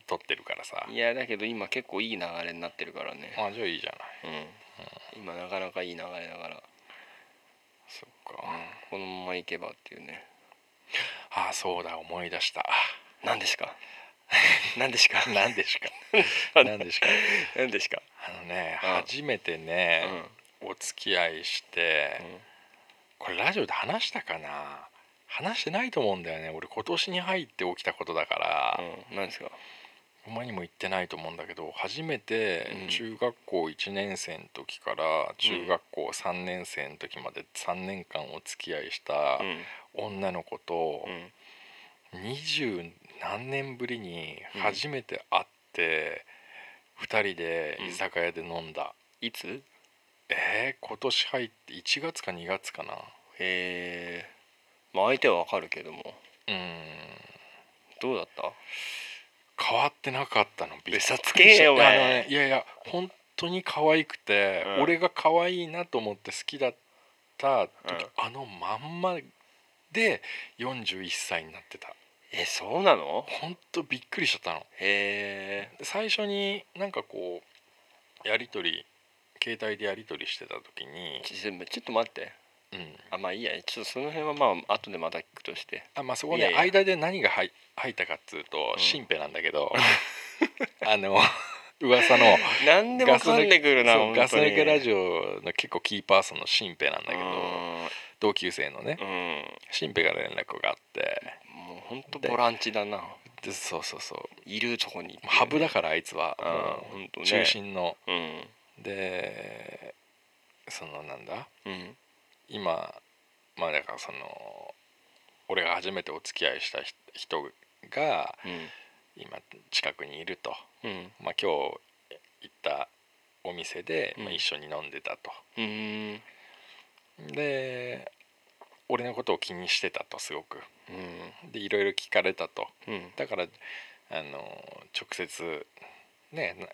S4: 取ってるからさ
S3: いやだけど今結構いい流れになってるからね
S4: あじゃあいいじゃない
S3: うん、今なかなかいい流れだから、
S4: そっか、
S3: このままいけばっていうね
S4: ああそうだ思い 出した
S3: 何です か何ですか
S4: 何で しか何でしか
S3: 何ですか、
S4: あのね
S3: うん
S4: 初めてね、お付き合いして、
S3: うん
S4: これラジオで話したかな話してないと思うんだよね俺今年に入って起きたことだから、
S3: うん、何ですか
S4: お前にも言ってないと思うんだけど初めて
S3: うん
S4: 中学校1年生の時から中学校3年生の時まで3年間お付き合いした
S3: うん
S4: 女の子と
S3: うん
S4: 二十何年ぶりに初めて会って2人で居酒屋で飲んだ、
S3: いつ
S4: えー今年入って1月か2月かな
S3: えー、まあ相手はわかるけども
S4: うん
S3: どうだった
S4: 変わってなかったのびっくりし た
S3: 嘘つけよお前
S4: あのねいやいや本当に可愛くて、
S3: うん
S4: 俺が可愛いなと思って好きだった時、
S3: うん
S4: あのまんまで41歳になってた
S3: えそうなの
S4: 本当びっくりしちゃったの
S3: へえ
S4: で最初になんかこうやり取り携帯でやり取りしてた時に、
S3: ちちょっと待って
S4: うん、
S3: あまあいいやちょっとその辺はまあ後でまた聞くとして
S4: あまあそこ
S3: い
S4: ね
S3: やいや
S4: 間で何が入入ったかっつうと、
S3: うん
S4: 新兵なんだけど あの 噂の
S3: 何でもかんでくるな
S4: そうガス抜けラ
S3: オ
S4: ジオの結構キーパーソンの新兵なんだけど同級生のね
S3: うん、うん、
S4: 新兵から連絡があって
S3: もうほんとボランチだな
S4: でそうそうそう
S3: いるとこに
S4: ハブだからあいつは
S3: あー
S4: もう
S3: ほんとね
S4: 中心の
S3: うん
S4: でそのなんだ
S3: うん
S4: 今まあだからその俺が初めてお付き合いした人人が
S3: うん
S4: 今近くにいると、
S3: うん
S4: まあ、今日行ったお店で、ま
S3: う
S4: あ、
S3: ん
S4: 一緒に飲んでたと。
S3: うん
S4: で俺のことを気にしてたとすごく
S3: うん
S4: でいろいろ聞かれたと
S3: うん
S4: だからあの直接ねな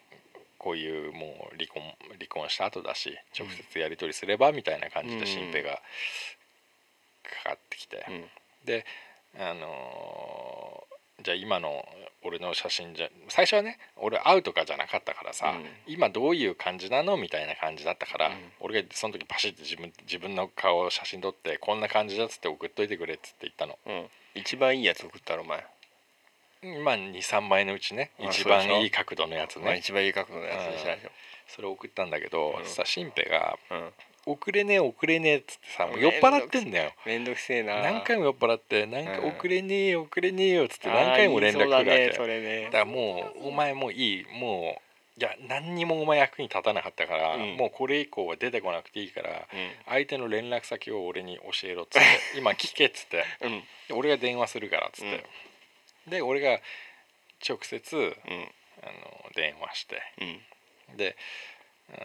S4: こういうもう離婚離婚した後だし直接やり取りすればみたいな感じ
S3: うん
S4: で新平がかかってきて、
S3: うん
S4: であのじゃあ今の俺の写真じゃ最初はね俺会うとかじゃなかったからさ、
S3: うん
S4: 今どういう感じなのみたいな感じだったから、
S3: うん
S4: 俺がその時パシッて自分自分の顔を写真撮ってこんな感じだっつって送っといてくれっつって言ったの
S3: うん一番いいやつ送ったろお前、
S4: まあ23枚のうちね
S3: あ
S4: 一
S3: そうでし
S4: 番
S3: ょ
S4: いい角度のやつ
S3: まあ
S4: ね
S3: 一番いい角度のやつでしょ、
S4: それを送ったんだけど、
S3: うん
S4: さシンペが
S3: うん、
S4: 「遅れねえ遅れねえ」っつってさもう
S3: うん
S4: 酔っ払ってんだよ
S3: めんどくせえな
S4: 何回も酔っ払って「なんか
S3: うん
S4: 遅れねえよ遅れねえよ」っつって何回も連絡来るわ
S3: あー言い
S4: け
S3: そうだねそれね
S4: だからもうお前もういいもういや何にもお前役に立たなかったから、
S3: うん
S4: もうこれ以降は出てこなくていいから
S3: う
S4: 相手の連絡先を俺に教えろっつって今聞けっつって
S3: んうん
S4: で俺が電話するからっつって、で俺が直接
S3: うん
S4: あの電話して
S3: うん
S4: で、うーん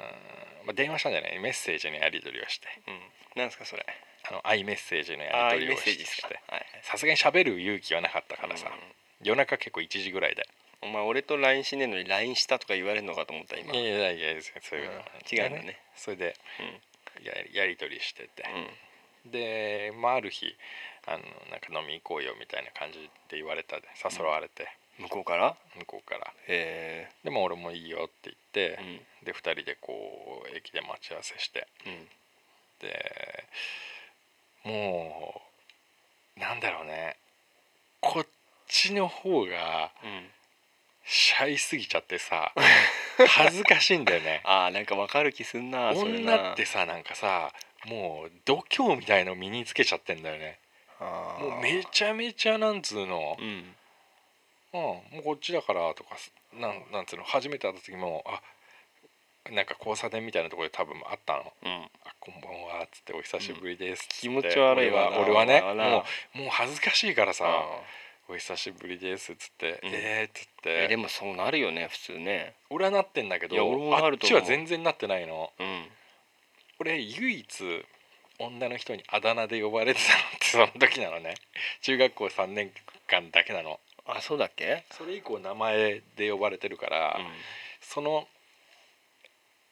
S4: まあ、電話したんじゃないメッセージのやり取りをして
S3: うんなんですかそれ
S4: あの i メッセージの
S3: あ
S4: や
S3: あ
S4: り
S3: いい
S4: 取
S3: メ
S4: りを
S3: ッ
S4: し
S3: セージですか
S4: して
S3: はい
S4: さすがに喋る勇気はなかったからさ、
S3: うん
S4: 夜中結構1時ぐらいで
S3: お前俺と LINE しねえのに LINE したとか言われるのかと思った今
S4: いやいやいやいやそういうの、
S3: うん違うのね
S4: それでややり取りしてて、
S3: うん
S4: で、まあ、ある日あのなんか飲み行こうよみたいな感じで言われたで誘われて、
S3: 向こうから
S4: 向こうから
S3: へ
S4: でも俺もいいよって言って
S3: え、うん
S4: で2人でこう駅で待ち合わせして
S3: うん
S4: でもうなんだろうねこっちの方が
S3: うん
S4: シャイすぎちゃっ てさ恥ずかしいんだよね
S3: ああなんかわかる気すんなそれな
S4: 女ってさなんかさもう度胸みたいの身につけちゃってんだよね
S3: あー
S4: もうめちゃめちゃなんつうの、
S3: うん
S4: うん、もうこっちだからとかすなんなんつうの初めて会った時もあなんか交差点みたいなところで多分あったの
S3: うん
S4: 「あこんばんは」っつって「お久しぶりですっつって」
S3: 気持ち悪いわな
S4: 俺は俺
S3: お
S4: は
S3: 前はな
S4: ねもうもう恥ずかしいからさ
S3: あ
S4: 「お久しぶりです」っつって「
S3: うん
S4: えー」っつっ
S3: ーえで
S4: て
S3: もそうなるよね普通ね
S4: 俺はなってんだけ
S3: いや俺
S4: ど
S3: もな
S4: あっ
S3: ると
S4: ち
S3: 思う
S4: は全然なってないの
S3: うん
S4: 俺唯一女の人にあだ名で呼ばれてたのってその時なのね中学校3年間だけなの
S3: あそうだっけ
S4: それ以降名前で呼ばれてるから、
S3: う
S4: その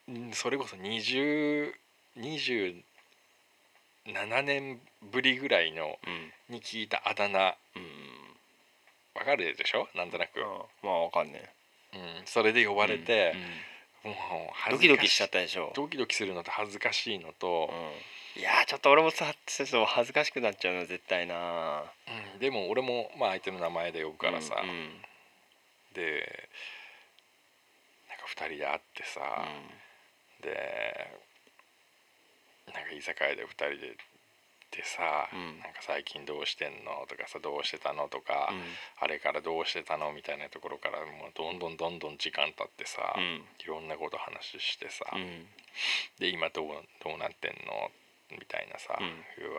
S4: んそれこそ2027年ぶりぐらいの
S3: んうん
S4: に聞いたあだ名
S3: うん
S4: わかるでしょなんとなく、
S3: あーまあわかんねえ
S4: うんそれで呼ばれて
S3: うん、うん
S4: もう恥
S3: ド
S4: ずか
S3: キドキしちゃったでしょ
S4: ドキドキするのと恥ずかしいのと、
S3: いやーちょっと俺もさちょっと恥ずかしくなっちゃうな絶対な
S4: うんでも俺もまあ相手の名前で呼ぶからさ、
S3: うんうん
S4: でなんか2人で会ってさ、でなんか居酒屋で2人ででさ、
S3: うん
S4: なんか最近どうしてんのとかさどうしてたのとか、
S3: うん
S4: あれからどうしてたのみたいなところからもうどんどんどんどん時間経ってさ、
S3: うん
S4: いろんなこと話してさ、
S3: うん
S4: で今どうどうなってんのみたいなさ、う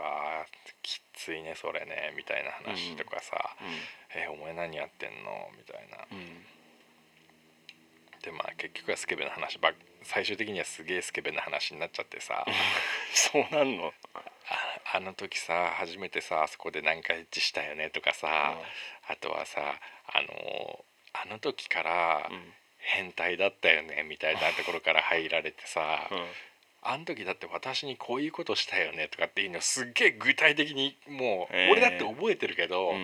S4: わーきついねそれねみたいな話とかさ、えお前何やってんのみたいな
S3: うん
S4: でまあ結局はスケベな話ばっ最終的にはすげえスケベな話になっちゃってさ
S3: そうなんの
S4: ああの時さ初めてさあそこで何回エッチしたよねとかさ、あとはさあのあの時から
S3: うん
S4: 変態だったよねみたいなところから入られてさ、
S3: うん
S4: あの時だって私にこういうことしたよねとかっていうのすっげえ具体的にもう
S3: えー
S4: 俺だって覚えてるけど、
S3: うん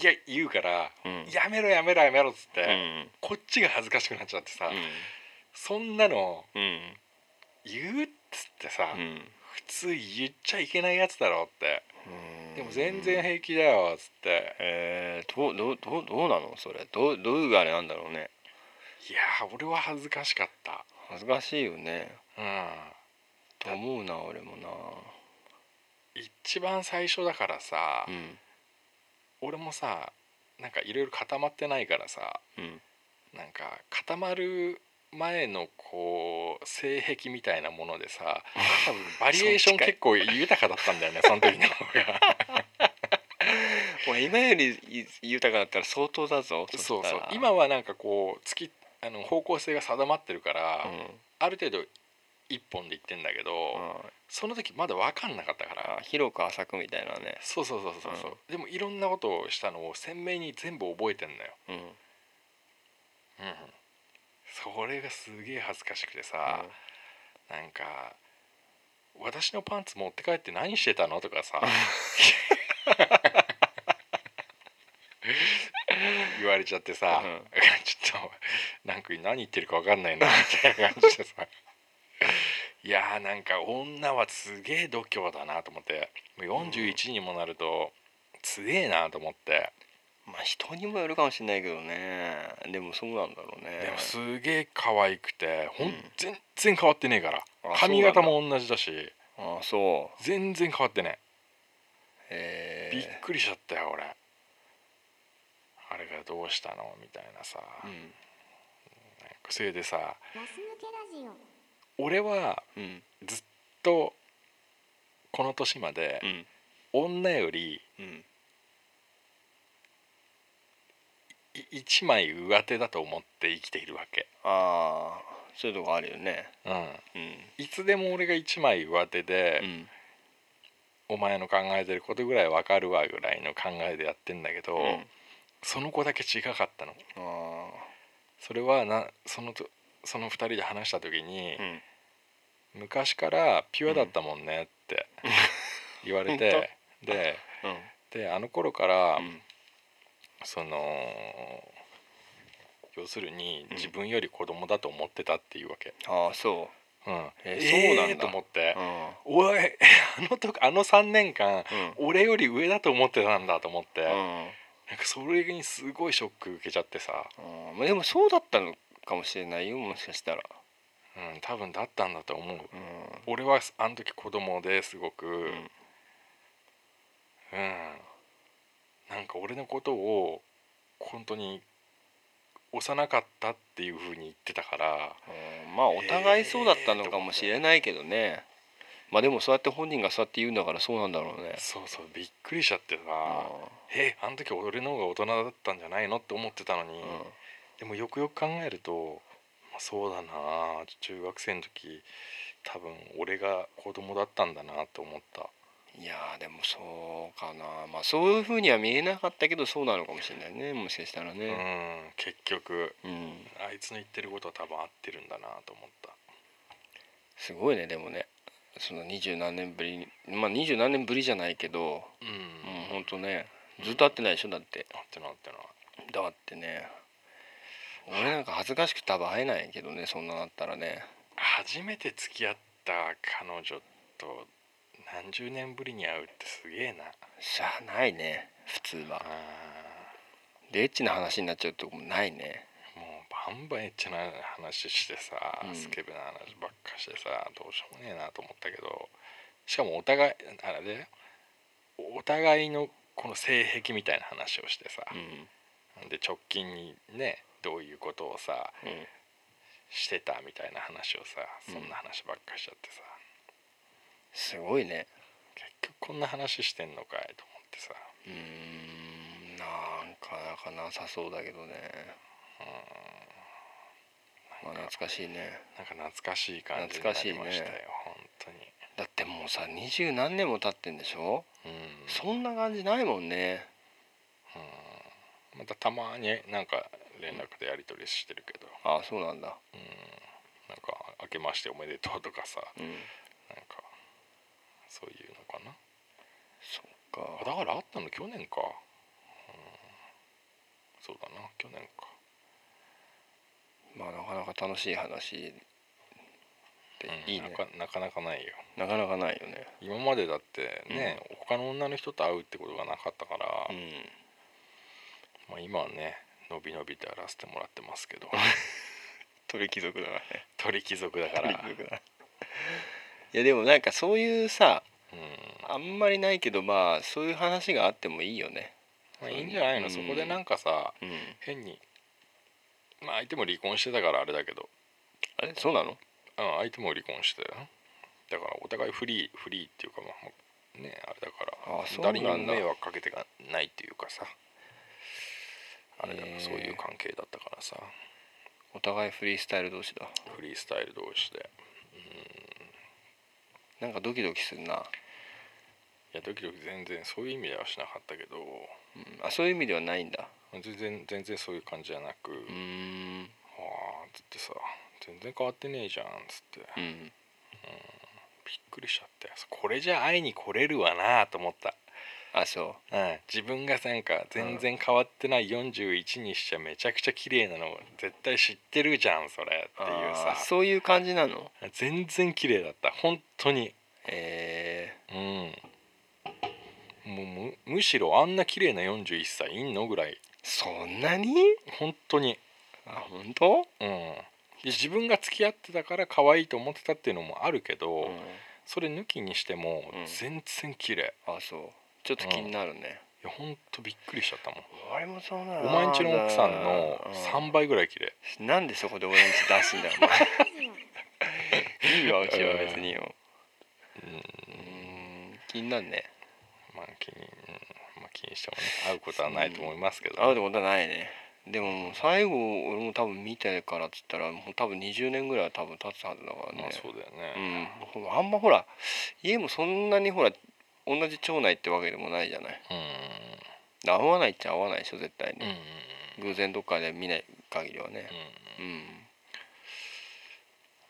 S4: いや言うから、
S3: うん
S4: やめろやめろやめろっつって、
S3: うん
S4: こっちが恥ずかしくなっちゃってさ、
S3: うん
S4: そんなの
S3: うん
S4: 言うっつってさ、
S3: うん
S4: 普通言っちゃいけないやつだろって、
S3: うん
S4: でも全然平気だよっつって、
S3: えー、どうどうどうどうなのそれどうどういうあれなんだろうね
S4: いやー俺は恥ずかしかった
S3: 恥ずかしいよね
S4: う
S3: と思うな俺もなん
S4: 一番最初だからさ、
S3: うん
S4: 俺もさなんかいろいろ固まってないからさ
S3: うん
S4: なんか固まる前のこう性癖みたいなものでさ多分バリエーショ
S3: そっち
S4: ン
S3: かい
S4: 結構豊かだったんだよねその時の方 が
S3: お前今より豊かだったら相当だぞ
S4: そう
S3: した
S4: そう
S3: ら
S4: 今はなんかこう月あの方向性が定まってるから、
S3: うん
S4: ある程度一本でいってんだけど、
S3: うん
S4: その時まだ分かんなかったから
S3: あ広く浅くみたいなね
S4: そうそうそうそうそう、でもいろんなことをしたのを鮮明に全部覚えてんのよ、
S3: うん
S4: それがすげえ恥ずかしくてさ、なんか「私のパンツ持って帰って何してたの?」とかさ 言われちゃってさ、
S3: うん
S4: ちょっとなんか何言ってるか分かんないなみたいな感じでさいやーなんか女はすげえ度胸だなと思ってもう41にもなると強えなと思って、
S3: まあ人にもよるかもしれないけどねでもそうなんだろうね
S4: でもすげえ可愛くてほん、
S3: うん
S4: 全然変わってねえから
S3: あ
S4: 髪型も同じだし
S3: ああそう
S4: 全然変わってね
S3: え
S4: えびっくりしちゃったよ俺あれがどうしたのみたいなさ、
S3: う
S4: なんか
S3: ん
S4: それでさ
S5: ガス抜けラジオ
S4: 俺は
S3: うん
S4: ずっとこの年まで
S3: うん
S4: 女より
S3: うん
S4: い一枚上手だと思って生きているわけ、
S3: ああそういうとこあるよね
S4: う
S3: うん
S4: ん、いつでも俺が一枚上手で
S3: う、ん
S4: お前の考えてることぐらいわかるわぐらいの考えでやってんだけど、
S3: うん
S4: その子だけ違かったの
S3: あ
S4: それはなそのとその2人で話した時に、
S3: あうん
S4: 昔からピュアだったもんねって言われて、で
S3: うん
S4: であの頃から、
S3: うん
S4: その要するに自分より子供だと思ってたっていうわけ、
S3: ああそ
S4: うん
S3: え
S4: えー
S3: そうなんだ
S4: と思って
S3: う、うん
S4: おい あのとあの3年間
S3: うん
S4: 俺より上だと思ってたんだと思って、
S3: うん
S4: なんかそれにすごいショック受けちゃってさ、
S3: あーでもそうだったのかもしれないよもしかしたら、
S4: うん、多分だったんだと思う
S3: うん、
S4: 俺はあの時子供ですごく、うん
S3: ん
S4: なんか俺のことを本当に幼かったっていう風に言ってたから
S3: うんまあお互いそうだったのかもしれないけどね、まあでもそうやって本人がそうやって言うんだからそうなんだろうね
S4: そうそうびっくりしちゃってさ
S3: う
S4: 「えあの時俺の方が大人だったんじゃないの?」って思ってたのに、
S3: んうん
S4: でもよくよく考えると、まあ、そうだな中学生の時多分俺が子供だったんだなと思った。
S3: いやーでもそうかなまあそういうふうには見えなかったけどそうなのかもしれないねもしかしたら
S4: う
S3: ね
S4: ん結局
S3: うん、
S4: あいつの言ってることは多分合ってるんだなと思った
S3: すごいねでもねその二十何年ぶりにまあ二十何年ぶりじゃないけど
S4: うん、
S3: うんほんとねずっと会ってないでしょだって
S4: 合ってない合ってない
S3: だってね俺なんか恥ずかしくて多分会えないけどねそんななったらね
S4: 初めて付き合った彼女と何十年ぶりに会うってすげえな
S3: しゃあないね普通は
S4: あ
S3: でエッチな話になっちゃうとこもないね
S4: ーもうバンバンエッチな話してさ、
S3: うん
S4: スケベな話ばっかしてさどうしようもねえなと思ったけどしかもお互いあれでお互いのこの性癖みたいな話をしてさ、
S3: うん
S4: で直近にねどういうことをさ
S3: うん
S4: してたみたいな話をさ
S3: うん
S4: そんな話ばっかしちゃってさ、
S3: すごいね
S4: 結局こんな話してんのかいと思ってさ
S3: うーんなんかなかなさそうだけどねまあ懐かしいね
S4: なんか懐かしい感じになりましたよ、
S3: 懐かしいね
S4: 本当に
S3: だってもうさ二十何年も経ってんでしょ
S4: うん
S3: そんな感じないもんね
S4: またたまになんか連絡でやり取りしてるけど
S3: ああそうなんだ
S4: なんか「明けましておめでとう」とかさ
S3: うん
S4: なんかそういうのかな
S3: そっ
S4: あ
S3: か
S4: だからあったの去年か、うん、そうだな去年か
S3: まあなかなか楽しい話で
S4: うん
S3: いいね
S4: なかなかなかないよ
S3: なかなかないよね
S4: 今までだってね、他の女の人と会うってことがなかったから、
S3: うん
S4: まあ、今はねのびのびとやらせてもらってます けど
S3: 鳥貴族だからね
S4: 鳥貴族だ から、
S3: 鳥貴族だいやでもなんかそういうさ
S4: うん
S3: あんまりないけどまあそういう話があってもいいよね
S4: まあ、いいんじゃないの、
S3: うん
S4: そこでなんかさ
S3: うん
S4: 変にまあ相手も離婚してたからあれだけど、
S3: あれそうなの
S4: うん、相手も離婚してたよだからお互いフリーフリーっていうかまあまあねあれだから
S3: あそうなん
S4: 誰
S3: だ
S4: にも迷惑かけてがないっていうかさあれだ
S3: へ
S4: な
S3: え
S4: そういう関係だったからさ
S3: お互いフリースタイル同士だ
S4: フリースタイル同士で
S3: なんかドキドキするな、
S4: いやドキドキ全然そういう意味ではしなかったけど
S3: うん、あそういう意味ではないんだ
S4: 全然全然そういう感じじゃなく、
S3: うーん
S4: あーつってさ全然変わってねえじゃんつって、
S3: う
S4: びっ
S3: ん
S4: くりしちゃってこれじゃ会いに来れるわなと思った
S3: あそ
S4: うん自分がなんか全然変わってない41にしちゃめちゃくちゃ綺麗なの絶対知ってるじゃんそれ
S3: う
S4: っていうさ
S3: あーそういう感じなの
S4: 全然綺麗だった本当に
S3: え
S4: うんもうむむしろあんな綺麗な41歳いんのぐらい
S3: ー、そんなに
S4: 本当に
S3: あ本当、
S4: うんで自分が付き合ってたから可愛いと思ってたっていうのもあるけど、
S3: うん、
S4: それ抜きにしても
S3: うん
S4: 全然綺麗、
S3: あそうちょっと気になるね、
S4: いやほんとびっくりしちゃったもん
S3: 俺もそうな
S4: お前んちの奥さんの3倍ぐらい綺麗
S3: うんなんでそこで俺んち出すんだよお前
S5: ラジオ
S3: いいわうちは別にようん気になるね
S4: まあ気に、うんまあ、気にしてもね会うことはないと思いますけど、
S3: 会うってことはないねでももう最後俺も多分見てからっつったらもう多分20年ぐらいは多分経つはずだから
S4: まあ
S3: ね
S4: そうだよ
S3: う
S4: ね、
S3: んほらあんまほら家もそんなにほら同じ町内ってわけでもないじゃない
S4: うん
S3: 合わないっちゃ合わないでしょ絶対
S4: うんうん
S3: に、偶然どっかで見ない限りはねうん、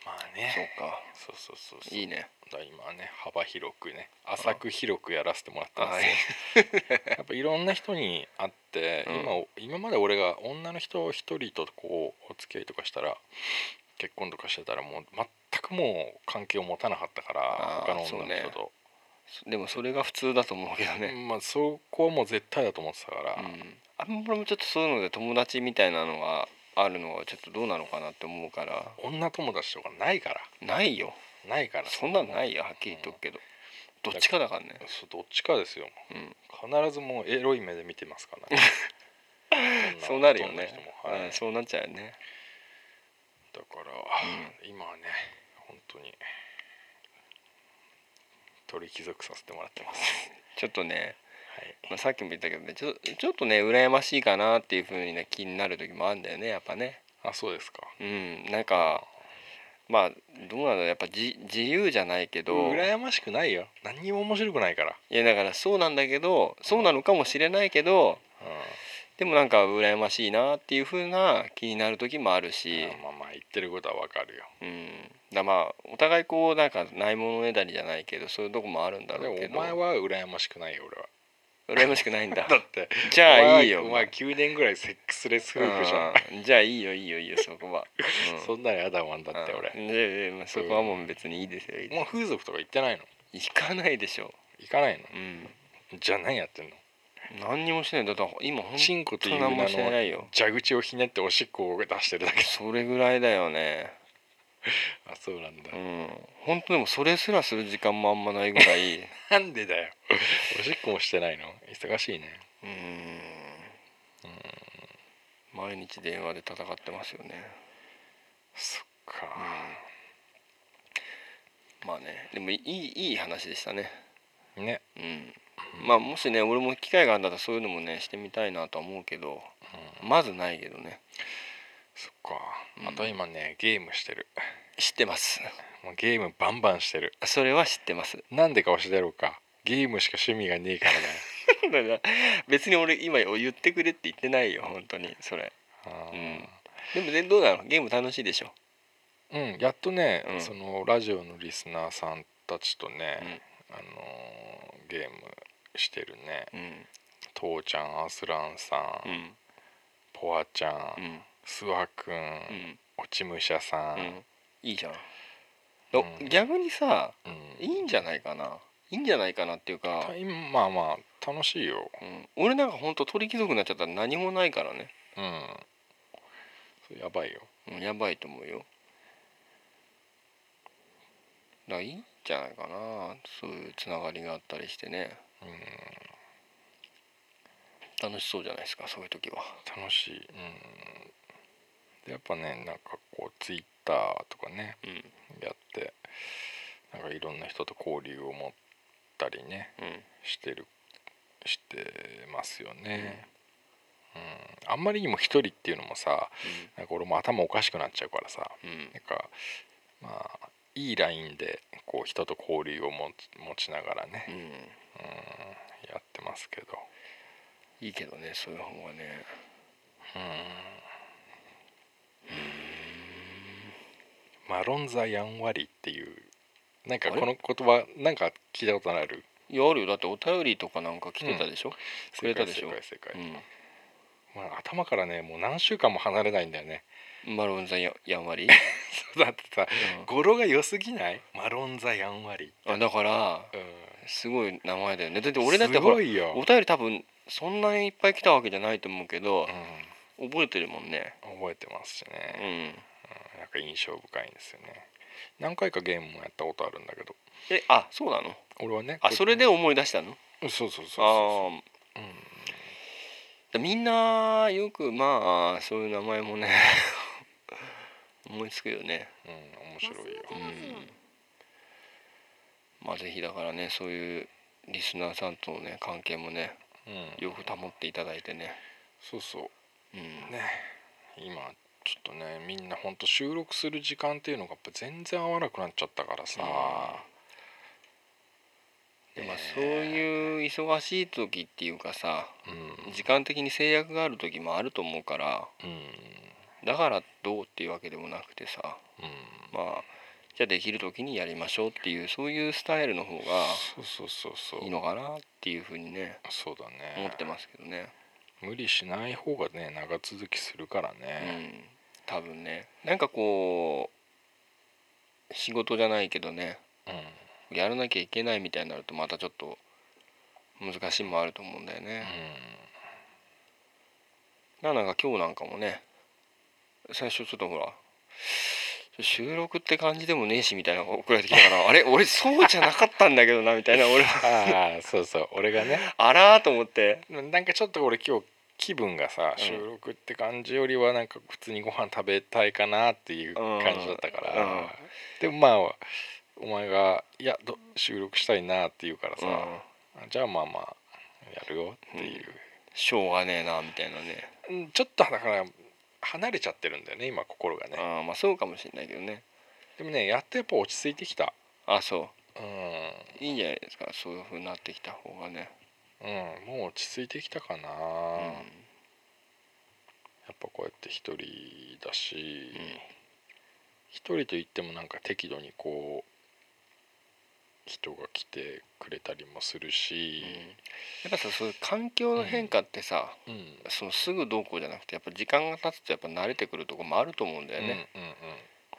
S4: まあ
S3: そう
S4: ね
S3: か
S4: そうそうそうそう
S3: いいね
S4: だから今はね幅広くね浅く広くやらせてもらったんですよ、 やっぱいろんな人に会って、
S3: うん
S4: 今お今まで俺が女の人一人とこうお付き合いとかしたら結婚とかしてたらもう全くもう関係を持たなかったから
S3: あー
S4: 他の
S3: そう
S4: 女の
S3: ね
S4: 人と
S3: でもそれが普通だと思うけど
S4: そ,、
S3: ね、
S4: まあ、そこはもう絶対だと思ってたから、
S3: うん、あんまりもちょっとそういうので友達みたいなのがあるのはちょっとどうなのかなって思うから
S4: 女友達とかないから
S3: ないよ
S4: ないから
S3: そんなのないよはっきり言っとくけど、どっちかだからね
S4: そうどっちかですよ、
S3: うん
S4: 必ずもうエロい目で見てますからねど ん
S3: そうなるよ
S4: どん
S3: ね
S4: 人もはい
S3: うん、そうなっちゃうよね
S4: だから、今はね本当に鳥貴族させてもらっ てます、
S3: ちょっとね、
S4: はい、
S3: まあ、さっきも言ったけどねちょちょっとね羨ましいかなっていうふうにね気になる時もあるんだよねやっぱね
S4: あそうですか
S3: うんなんかまあどうなんだろうやっぱじ自由じゃないけど
S4: 羨ましくないよ何にも面白くないから、
S3: いやだからそうなんだけどそうなのかもしれないけどでもなんか羨ましいなっていうふうな気になる時もある
S4: うん
S3: し、
S4: あまあまあ言ってることはわかるよ
S3: うん、だまあお互いこうなんかないものねだりじゃないけどそういうとこもあるんだ
S4: で
S3: ろうけ
S4: も
S3: ど
S4: お前は羨ましくないよ俺は
S3: 羨ましくないんだ
S4: だって
S3: じゃあいいよ
S4: お前お前9年ぐらいセックスレス夫婦じゃん、
S3: うんじゃあいいよいいよいいよそこは、うん
S4: そんなのやだもんだ
S3: だ
S4: って俺、
S3: で、まあ、そこはもう別にいいですよ、いい
S4: もう風俗とか行ってないの
S3: 行かないでしょ
S4: 行かないの
S3: うん
S4: じゃあ何やってんの
S3: 何にもしてないだから今ほん
S4: チンコと
S3: と
S4: いう
S3: に
S4: 名
S3: 何
S4: の
S3: もしてないよ
S4: 蛇口をひねっておしっこを出して るだけ
S3: それぐらいだよね
S4: あそうなんだ
S3: うん本当でもそれすらする時間もあんまないぐらい
S4: なんでだよ。おしっこもしてないの忙しいね。
S3: うん毎日電話で戦ってますよね
S4: そっか。
S3: まあねでもいいいい話でしたね
S4: ね。
S3: うんまあもしね俺も機会があるんだったらそういうのもねしてみたいなとは思うけどまずないけどね
S4: そっか。あと今ね、ゲームしてる。
S3: 知ってます
S4: もうゲームバンバンしてる。
S3: それは知ってます
S4: なんでか教えてやろうか。ゲームしか趣味がねえからだよ。
S3: だから別に俺今言ってくれって言ってないよ本当にそれ
S4: あ
S3: でもねどうなのゲーム楽しいでしょ
S4: ーうん、やっとね、
S3: うん
S4: そのラジオのリスナーさんたちとね、あのーゲームしてるね。
S3: うん
S4: 父ちゃん、アスランさん、
S3: うん
S4: ポワちゃん、
S3: うん
S4: スワくん、
S3: うん
S4: 落ち武者さん。
S3: うんいいじゃん
S4: う
S3: お
S4: ん
S3: 逆にさ
S4: うん
S3: いいんじゃないかないいんじゃないかなっていうか
S4: た、今まあまあ楽しいよ
S3: うん、俺なんかほんと鳥貴族になっちゃったら何もないからね、
S4: うんそれやばいよ
S3: うん、やばいと思うよだからいいんじゃないかなそういうつながりがあったりしてね
S4: うん
S3: 楽しそうじゃないですかそういう時は
S4: 楽しいうんでやっぱねなんかこうツイッターとかね
S3: うん
S4: やってなんかいろんな人と交流を持ったりね
S3: うん
S4: してるしてますよね、うん、あんまりにも一人っていうのもさなんか俺も頭おかしくなっちゃうからさ
S3: うんうん
S4: なんかまあいいラインでこう人と交流を持ち持ちながらね、
S3: うん
S4: うんやってますけど
S3: いいけどねそういう方がね
S4: マロン・ザ・ヤンワリっていうなんかこの言葉なんか聞いたことある
S3: いやあるよだってお便りとかなんか来てたでしょ、く
S4: 正
S3: れた
S4: 解
S3: でし
S4: 正
S3: ょ
S4: 解正解、
S3: う
S4: まあ、頭からねもう何週間も離れないんだよね
S3: ん、マロンさんややんわり、
S4: だってさ語呂が良すぎないマロンザやんわり、
S3: あだから
S4: うん、
S3: すごい名前だよねだって俺だって
S4: す
S3: ほら
S4: ごいよ、
S3: お便り多分そんなにいっぱい来たわけじゃないと思うけど
S4: うん、、
S3: 覚えてるもんね
S4: 覚えてますし
S3: う
S4: ね、
S3: ん
S4: うん、なんか印象深いんですよね何回かゲームもやったことあるんだけど
S3: えあそうなの
S4: 俺はね
S3: あそれで思い出したの
S4: そうそうそう
S3: あ
S4: そ
S3: ー
S4: う、うん、
S3: でみんなよくまあそういう名前もね 思いつくよね
S4: うん、面白いよ。
S5: ガス抜けラジオ
S3: まあぜひだからねそういうリスナーさんとのね関係もね
S4: うん、
S3: よく保っていただいてね
S4: そうそう。
S3: うん
S4: ね、今ちょっとね、みんな本当収録する時間っていうのがやっぱ全然合わなくなっちゃったからさ。
S3: でまあ
S4: ね
S3: そういう忙しい時っていうかさ
S4: うん、うん、
S3: 時間的に制約がある時もあると思うからだからどうっていうわけでもなくてさ
S4: うん、
S3: まあじゃあできる時にやりましょうっていうそういうスタイルの方が
S4: そうそうそうそう。
S3: いいのかなっていうふうにね
S4: そうだね。
S3: 思ってますけどね、
S4: 無理しない方がね、長続きするから
S3: う
S4: ね。
S3: ん、多分ねなんかこう仕事じゃないけどね
S4: うん、うん、
S3: やらなきゃいけないみたいになるとまたちょっと難しいもあると思うんだよね。ななんか今日なんかもね最初ちょっとほら収録って感じでもねえしみたいなのが送られてきたから あれ俺そうじゃなかったんだけどなみたいな俺は
S4: ああ、そうそう、俺がね、
S3: あらーと思って
S4: なんかちょっと俺今日。気分がさ
S3: うん
S4: 収録って感じよりはなんか普通にご飯食べたいかなっていう感じだったから、
S3: うんうん
S4: でもまあお前が「いやど収録したいな」って言うから
S3: う
S4: さ、
S3: ん
S4: じゃあまあまあやるよっていう、
S3: しょうがねえなみたいなね
S4: うんちょっとだから離れちゃってるんだよね今心がね
S3: あーまあそうかもしれないけどね
S4: でもねやっとやっぱ落ち着いてきた
S3: あそ
S4: うん、
S3: ういいんじゃないですかそういうふうになってきた方がね、
S4: うん、もう落ち着いてきたかな、
S3: うん
S4: やっぱこうやって一人だし
S3: うん
S4: 一、人といってもなんか適度にこう人が来てくれたりもするし
S3: うん、やっぱさそういう環境の変化ってさ、
S4: うんうん
S3: そのすぐどうこうじゃなくてやっぱ時間が経つとやっぱ慣れてくるとこもあると思うんだ
S4: う
S3: よ
S4: ん
S3: ね、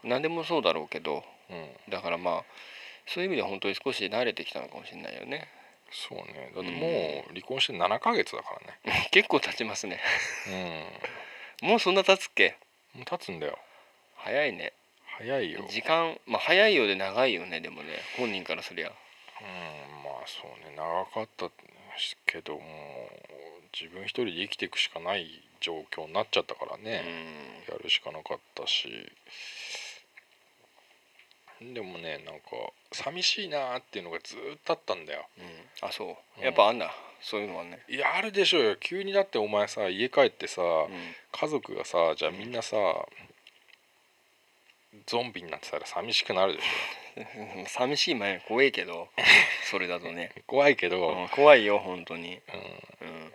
S3: 何でもそうだろうけど
S4: うんうん
S3: だからまあそういう意味で本当に少し慣れてきたのかもしれないよね
S4: そうねだってもう離婚して7ヶ月だから
S3: 結構経ちますね
S4: ね
S3: もうそんな経つっけ
S4: うんもう経つんだよ
S3: 早いね
S4: 早いよ
S3: 時間まあ早いようで長いよねでもね本人からすりゃ
S4: うんまあそうね長かったけども自分一人で生きていくしかない状況になっちゃったから
S3: う
S4: ね、
S3: ん
S4: やるしかなかったしでもねなんか寂しいなーっていうのがずーっとあったんだよ
S3: うんあそううんやっぱあんだそういうのはね
S4: いやあるでしょうよ急にだってお前さ家帰ってさ、
S3: うん
S4: 家族がさじゃあみんなさ、ゾンビになってたら寂しくなるでし
S3: 寂しい前に怖いけど それだとね、
S4: ょ怖いけど、
S3: うん怖いよ本当に、
S4: うん
S3: うん、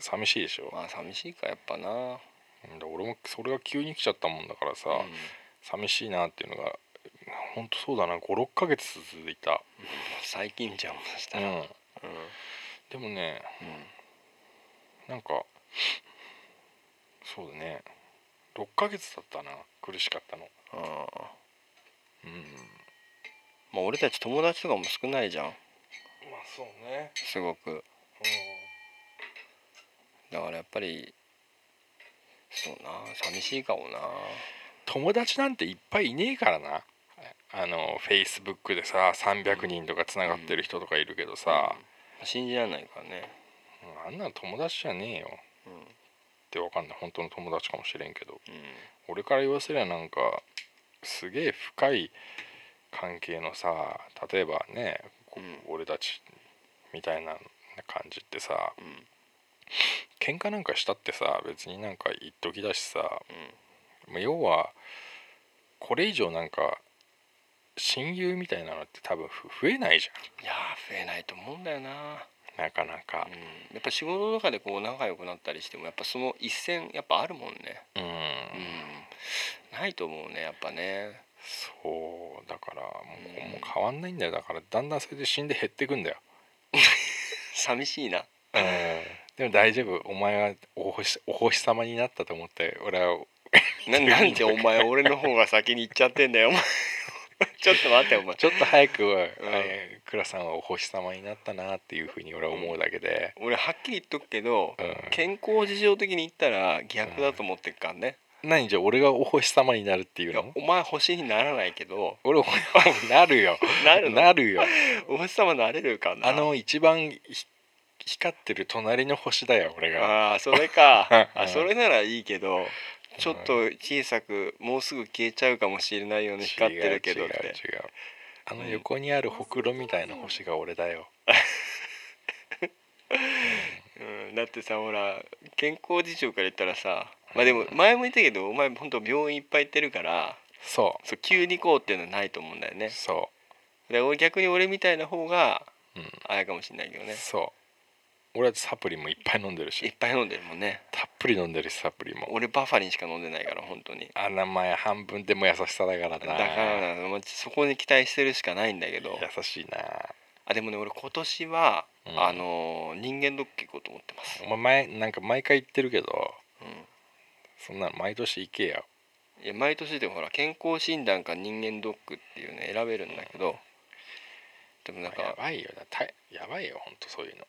S4: 寂しいでしょ、
S3: まあ寂しいかやっぱな
S4: で俺もそれが急に来ちゃったもんだからさ、
S3: うん
S4: 寂しいなっていうのが本当そうだな56ヶ月続いた、
S3: 最近じゃんそした
S4: う
S3: ら、うん
S4: ん、でもね
S3: うん
S4: なんかそうだね6ヶ月だったな苦しかったの
S3: ああ
S4: うん
S3: まあ俺たち友達とかも少ないじゃん
S4: まあそうね
S3: すごくだからやっぱりそうな寂しいかもな
S4: 友達なんていっぱいいねえからなあのフェイスブックでさ300人とかつながってる人とかいるけどさ、
S3: 信じられないからね
S4: あんなの友達じゃねえよ
S3: うん、
S4: ってわかんない本当の友達かもしれんけど
S3: うん、
S4: 俺から言わせりゃなんかすげえ深い関係のさ例えばね、こ
S3: うん
S4: 俺たちみたいな感じってさ
S3: うん
S4: 喧嘩なんかしたってさ別になんか一時だしさ
S3: うん
S4: まあ要はこれ以上なんか親友みたいなのって多分ふ増えないじ
S3: いやー増えないと思うんだよな、
S4: ゃんなかなか
S3: うん、やっぱ仕事とかでこう仲良くなったりしてもやっぱその一線やっぱあるもんね
S4: うん、
S3: うんないと思うねやっぱね
S4: そうだからもう,、もう変わんないんだよだからだんだんそれで死んで減ってくんだよ、
S3: 寂しいな
S4: うん、でも大丈夫お前はお星お星様になったと思って俺は
S3: ななんでお前俺の方が先に行っちゃってんだよお前 ちょっと待ってお前
S4: ちょっと早くは、えー倉さんはお星様になったなっていうふうに俺は思うだけで、
S3: 俺はっきり言っとくけど、
S4: うん
S3: 健康事情的に言ったら逆だと思ってるからね、
S4: 何じゃあ俺がお星様になるっていう
S3: いや
S4: の
S3: お前星にならないけど
S4: 俺お星様になるよ
S3: なるの
S4: なるよ
S3: お星様なれるかな
S4: あの一番ひ光ってる隣の星だよ俺が
S3: あーそれか
S4: う
S3: あ
S4: ん
S3: それならいいけどちょっと小さくもうすぐ消えちゃうかもしれないよね光ってるけどっ
S4: 違う違う違
S3: て
S4: うあの横にあるほくろみたいな星が俺だよ
S3: うん、だってさほら健康事情から言ったらさまあでも前も言ったけどお前本当病院いっぱい行ってるから
S4: そ
S3: そう急にこうっていうのはないと思うんだよ
S4: う
S3: ね
S4: そ
S3: で俺逆に俺みたいな方が
S4: う、うん
S3: あれかもしれないけどね
S4: そう俺はサプリもいっぱい飲んでる
S3: いっ
S4: し
S3: ぱい飲んでるもんね
S4: たっぷり飲んでるしサプリも
S3: 俺バファリンしか飲んでないから本当に
S4: あ名前半分でも優しさだか
S3: だ
S4: らな
S3: からなまあそこに期待してるしかないんだけど
S4: 優しいな
S3: あでもね俺今年は、
S4: うん
S3: あのー人間ドッキリ行こうと思ってます、
S4: お前前なんか毎回言ってるけど
S3: う
S4: そんなの毎年行けよ
S3: ん、いや毎年でもほら健康診断か人間ドックっていうね選べるんだけどでもなん
S4: や
S3: か
S4: ばいよなたやばいよほんとそういうの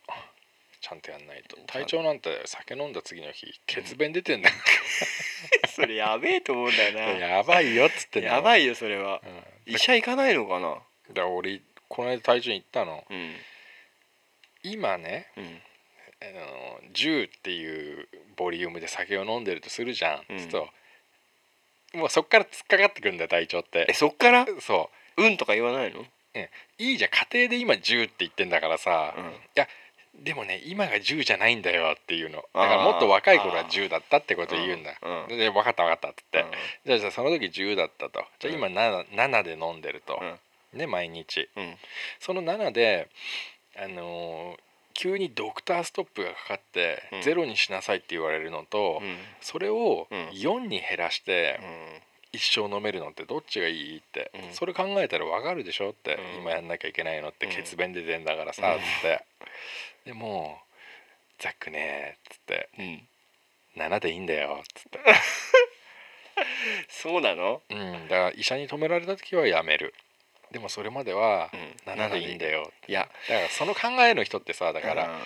S4: ちゃんとやんないと体調なんて酒飲んだ次の日血便出てんだか
S3: それやべえと思うんだよな
S4: ら やばいよっつってんの
S3: やばいよそれは
S4: うん、だ
S3: 医者行かないのかな
S4: だから俺この間体調に行ったの
S3: うん
S4: 今ね
S3: うん
S4: あの10っていうボリュームで酒を飲んでるとするじゃん、
S3: うん
S4: ちょっともうそっから突っかかってくるんだよ体調っ
S3: え
S4: て
S3: そっから
S4: そ
S3: うんとか言わないの
S4: ういいじゃん家庭で今10って言ってんだからさ、
S3: うん
S4: いやでもね今が10じゃないんだよっていうのだからもっと若い頃は10だったってこと言うんだ
S3: うんうん
S4: で分かった分かったっつって、
S3: うん
S4: じゃあじゃあその時10だったとじゃあ今 7, 7で飲んでると、ね毎日
S3: うんうん
S4: その7で、あのー急にドクターストップがかかって、
S3: うん
S4: ゼロにしなさいって言われるのと、
S3: うん
S4: それを
S3: うん
S4: 4に減らして
S3: うん
S4: 一生飲めるのってどっちがいいって、
S3: うん
S4: それ考えたらわかるでしょって、
S3: うん
S4: 今やんなきゃいけないのって
S3: うん
S4: 血便出てんだからさ、
S3: うん
S4: つってでも「ザックね」っつって
S3: うん
S4: 「7でいいんだよ」っつって、
S3: そうなの
S4: うん、だから医者に止められた時はやめるでもそれまでは
S3: うん
S4: 7でいいんだよ、
S3: いや
S4: だからその考えの人ってさだ
S3: だ
S4: から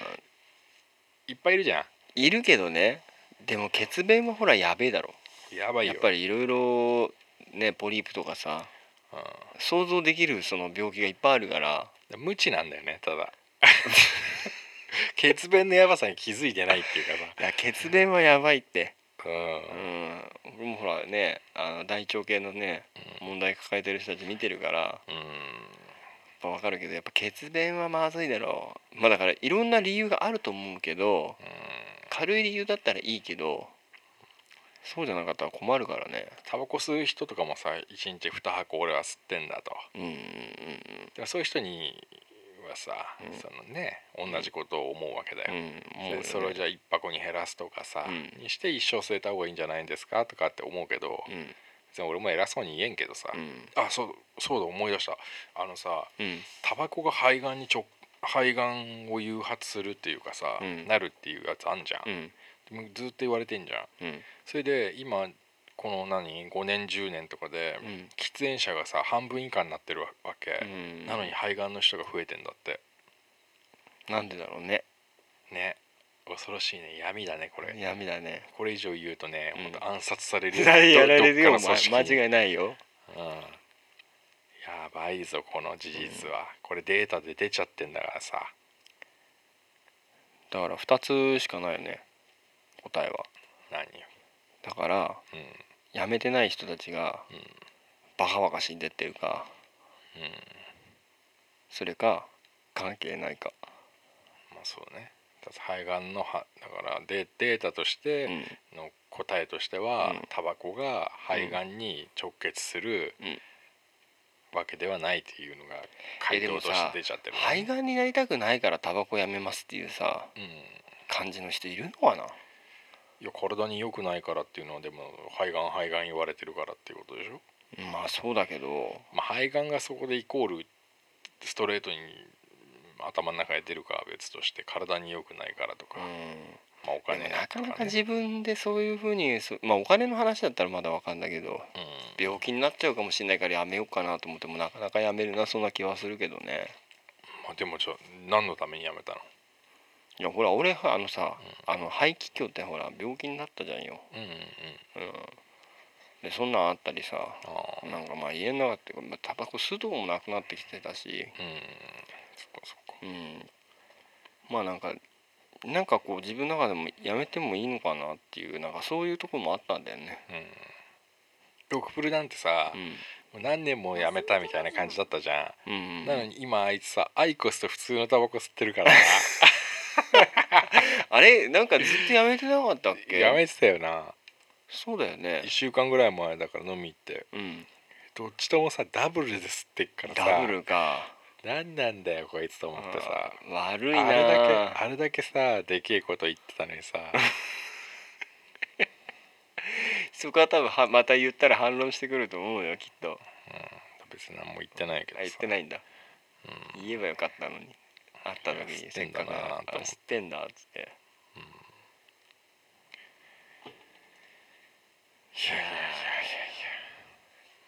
S4: いっぱいいるじゃん
S3: いるけどねでも血便はほらやべえだろ
S4: やばいよ
S3: やっぱりいろいろねポリープとかさ
S4: う
S3: 想像できるその病気がいっぱいあるから
S4: ん、無知なんだよねただ 血便のやばさに気づいてないっていうか
S3: いや血便はやばいって
S4: さ、
S3: う
S4: う
S3: んん俺もほらねあの大腸系のね問題抱えてる人たち見てるからやっ
S4: うん、
S3: ぱ分かるけどやっぱ血便はまずいだろうまあだからいろんな理由があると思うけど軽い理由だったらいいけどそうじゃなかったら困るからね
S4: タバコ吸う人とかもさ1日2箱俺は吸ってんだと
S3: うんうん
S4: だからそういう人にはさ、
S3: うん
S4: そのね同じことを思うわけだ
S3: うん
S4: よ、
S3: うんもうね
S4: でそれをじゃあ1箱に減らすとかさ、
S3: うん
S4: にして一生吸えた方がいいんじゃないんですかとかって思うけど、
S3: うん
S4: 別に俺も偉そうに言えんけどさ、
S3: うん
S4: あそうそうだ思い出したあのさ
S3: うん
S4: タバコが肺がんにちょ肺がんを誘発するっていうかさ、
S3: うん
S4: なるっていうやつあんじゃん
S3: う、ん
S4: でもずっと言われてんじゃん
S3: うん
S4: それで今この何5年10年とかで、
S3: うん
S4: 喫煙者がさ半分以下になってるわ
S3: う
S4: け、
S3: ん
S4: なのに肺がんの人が増えてんだって
S3: なんでだろうね
S4: ね恐ろしいね闇だねこれ
S3: 闇だね
S4: これ以上言うとね、
S3: うん
S4: ほんと暗殺される
S3: やられるよ
S4: どっ
S3: お
S4: かの組織
S3: 前
S4: に
S3: 間違いないよ
S4: うんやばいぞこの事実は、これデータで出ちゃってんだからさ
S3: だから2つしかないよね答えは
S4: 何
S3: だから
S4: うん
S3: やめてない人たちが
S4: うん
S3: バカバカ死んでってるか
S4: うん
S3: それか関係ないか
S4: まあそうねだから肺がんのはだからデデータとしての答えとしては、
S3: うん
S4: タバコが肺がんに直結する
S3: うん
S4: わけではないっていうのが回答として出ちゃってるね、
S3: 肺がんになりたくないからタバコやめますっていうさ
S4: うん
S3: 感じの人いるのかない
S4: や体に良くないからっていうのはでも肺がん肺がん言われてるからっていうことでしょ
S3: まあそうだけど
S4: まあ、肺がんがそこでイコールストレートに頭の中で出るかは別として体に良くないからとか、
S3: うん
S4: まあ、お金
S3: でもなかな
S4: と
S3: か
S4: ね
S3: 自分でそういうふうにそまあお金の話だったらまだわかんだけど
S4: うん
S3: 病気になっちゃうかもしれないからやめようかなと思ってもなかなかやめるなそんな気はするけどね
S4: まあ、でもちょ何のために辞めたの、
S3: いやほら俺はあのさ、あの肺気胸ってほら病気になったじゃんよ、
S4: うんうんう
S3: う
S4: ん、
S3: ん、でそんなんあったりさ
S4: ああ
S3: なんかまあ家の中っていうかまあタバコ吸うとこもなくなってきてたし、
S4: うんそっかそっか
S3: うん、まあなんかなんかこう自分の中でもやめてもいいのかなっていうなんかそういうところもあったんだよね。
S4: うんドクプルなんてさ
S3: う、ん
S4: もう何年も辞めたみたいな感じだったじゃ、
S3: うんん
S4: なのに今あいつさアイコスと普通のタバコ吸って るからな
S3: あれなんかずっとやめてなかったっけ
S4: やめてたよな
S3: そうだよね
S4: 1。週間ぐらい前だから飲み行って
S3: うん、
S4: どっちともさダブルで吸ってっからさ
S3: ダブルか。
S4: 何なんだよこいつと思ってさ
S3: あー悪いな
S4: あれだけ
S3: あ
S4: あれだけさでけえこと言ってたの にさ
S3: そこは多分はまた言ったら反論してくると思うよきっと。
S4: 別に何も言ってないけど
S3: あ
S4: さ
S3: 言ってないんだ。
S4: う
S3: 言えばよかったのに。あった時
S4: いや
S3: に
S4: 吸って
S3: せ
S4: ん
S3: っ
S4: だ
S3: か
S4: な
S3: くだから
S4: と思って
S3: あ知ってんだっつって。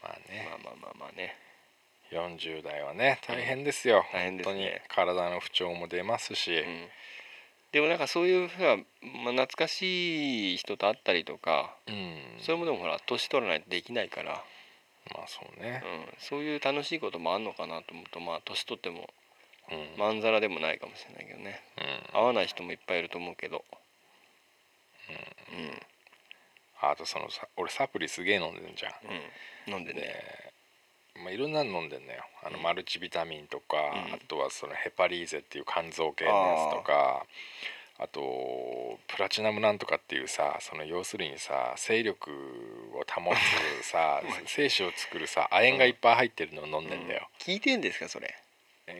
S4: まあ
S3: ま
S4: ね
S3: あまあまあまあね。
S4: 40代はね大変ですよ、
S3: 大変です
S4: 本当に
S3: ね
S4: 体の不調も出ますし、
S3: うんでもなんかそういうふうな、まあ、懐かしい人と会ったりとか、
S4: うん
S3: それもでもほら年取らないとできないから、
S4: まあそうね
S3: う、ん、そういう楽しいこともあんのかなと思うとまあ年取っても
S4: うん
S3: まんざらでもないかもしれないけどね
S4: うん
S3: 会わない人もいっぱいいると思うけど、
S4: あとそのさ俺サプリすげえ飲んでるじゃん、
S3: うん、飲んでね
S4: まあ、いろんなの飲んでんのよあのマルチビタミンとか、
S3: うん
S4: あとはそのヘパリーゼっていう肝臓系のやつとかあとプラチナムなんとかっていうさその要するにさ精力を保 つさ精子を作るさ亜鉛がいっぱい入ってるのを飲んでんだよ、
S3: 聞いてんですかそれ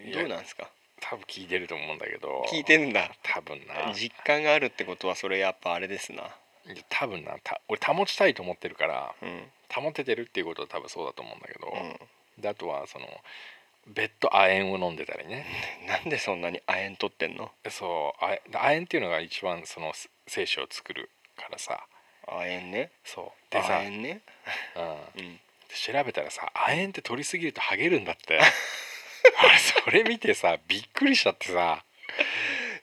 S4: いや
S3: どうなんですか
S4: 多分聞いてると思うんだけど
S3: 聞いてんだ
S4: 多分ない
S3: 実感があるってことはそれやっぱあれですな、
S4: や多分なた俺保ちたいと思ってるから
S3: うん
S4: 保ててるっていうことは多分そうだと思うんだけど、
S3: う
S4: であとはその別途亜鉛を飲んでたりね
S3: ん、なんでそんなに亜鉛取ってんの
S4: そう亜鉛亜鉛っていうのが一番そのす精子を作るからさ
S3: 亜鉛ね
S4: そう
S3: 亜
S4: でさ、
S3: 鉛ね、
S4: うん、
S3: うん、
S4: で調べたらさ亜鉛って取りすぎるとハゲるんだって 俺それ見てさびっくりしちゃってさ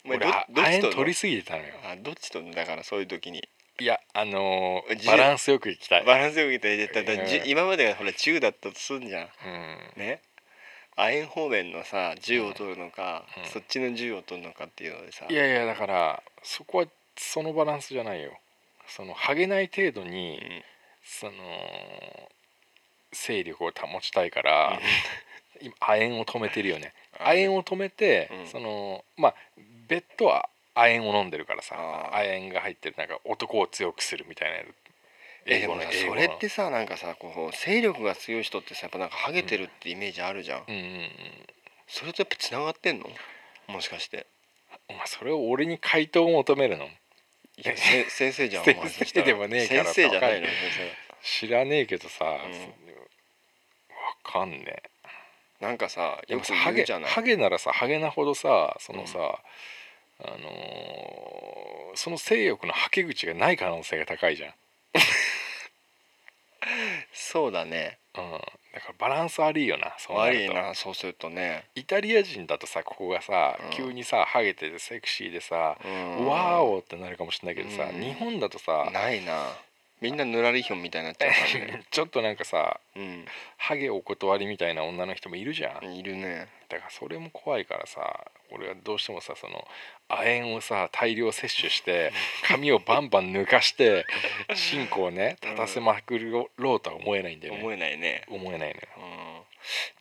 S3: ま
S4: 俺
S3: あ
S4: あ
S3: どど
S4: 亜
S3: っちと
S4: 鉛取りすぎてたのよ
S3: あどっちとんのだからそういう時に
S4: いやあのー
S3: 自由
S4: バランスよくいきたい、うん、
S3: バランスよく見てだだじゅ
S4: うん
S3: 今までがほら中だったとすんじゃんね亜鉛方面のさ銃を取るのか、
S4: うん
S3: そっちの銃を取るのかっていうのでさ
S4: いやいやだからそこはそのバランスじゃないよそのハゲない程度
S3: う
S4: に、
S3: ん
S4: その勢力を保ちたいから今亜鉛を止めて るよね
S3: あ
S4: 亜鉛を止めて、
S3: うん
S4: そのまあ別途は亜鉛を飲んでるからさ
S3: あー
S4: 亜鉛が入ってるなんか男を強くするみたいな
S3: えでも
S4: の
S3: さ
S4: 英
S3: そ
S4: 語の
S3: れってさなんかさこう勢力が強い人ってさやっぱなんかハゲてるってイメージあるじゃん、
S4: うんうんうん
S3: それとやっぱつながってんのもしかして
S4: お前それを俺に回答を求めるの
S3: いやせ先生じゃんお前
S4: 先生でもねえから
S3: 先生じゃないの
S4: わ
S3: 先
S4: 知らねえけどさ、わ
S3: ん
S4: かんねえ
S3: 生なんかさ
S4: で
S3: よ
S4: も
S3: く
S4: さハ
S3: 言う
S4: ゲ
S3: じゃない
S4: ハゲならさハゲなほどさそのさ、
S3: う
S4: あのーその性欲のはけ口がない可能性が高いじゃん、
S3: そうだね
S4: うん、だからバランス悪いよなそうな
S3: 悪
S4: る
S3: い
S4: と
S3: なそうするとね
S4: イタリア人だとさここがさ、
S3: うん
S4: 急にさハゲててセクシーでさ、
S3: うん
S4: ワーオってなるかもしれないけどさ、
S3: うん
S4: 日本だとさ
S3: ないなみんなぬらりひょんみたいになっちゃうから ね
S4: ちょっとなんかさ
S3: う
S4: ハゲお断りみたいな女の人もいるじゃん、
S3: んいるね
S4: だからそれも怖いからさ俺はどうしてもさその亜鉛をさ大量摂取して髪をバンバン抜かして 進行をね立たせまくろうとは思えないんだよね
S3: 思えないね
S4: 思えないのよ
S3: うん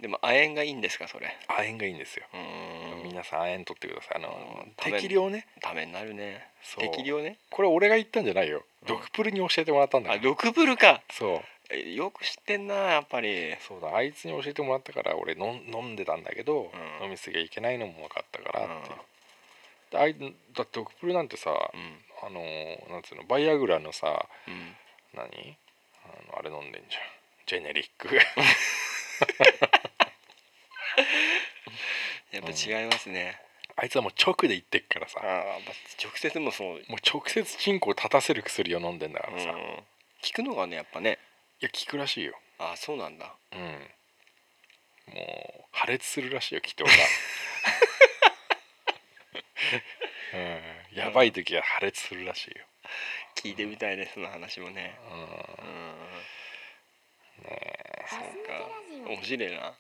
S3: でも亜鉛がいいんですかそれ
S4: 亜鉛がいいんですよ
S3: うん
S4: 皆さん亜鉛取ってくださいあの
S3: うん
S4: 適量ね
S3: ためになるね
S4: そう
S3: 適量ね
S4: これ俺が言ったんじゃないよドクプルに教えてもらったんだか
S3: あ
S4: ら
S3: ドクブルか
S4: そう
S3: えよく知ってんなやっぱり
S4: そうだあいつに教えてもらったから俺飲ん飲んでたんだけど、
S3: うん
S4: 飲みすぎはいけないのも分かったからっていう
S3: うん
S4: であいだってドクプルなんてさ、
S3: うん
S4: あのーなんつうのバイアグラのさ
S3: うん
S4: 何あのあれ飲んでんじゃんジェネリック
S3: やっぱ違いますね、
S4: あいつはもう直で言ってっからさ
S3: ああやっぱ直接もそう、
S4: もう直接チンコを立たせる薬を飲んでんだか
S3: うん
S4: らさ、い
S3: 聞くのがねやっぱね
S4: や効くらしいよ
S3: ああそうなんだ
S4: うんもう破裂するらしいよ気筒が、 うん、やばい時は破裂するらしいよ、
S3: 聞いてみたいねその話もね
S4: うん
S3: うん
S5: ガス抜けラジオ
S3: 面白いな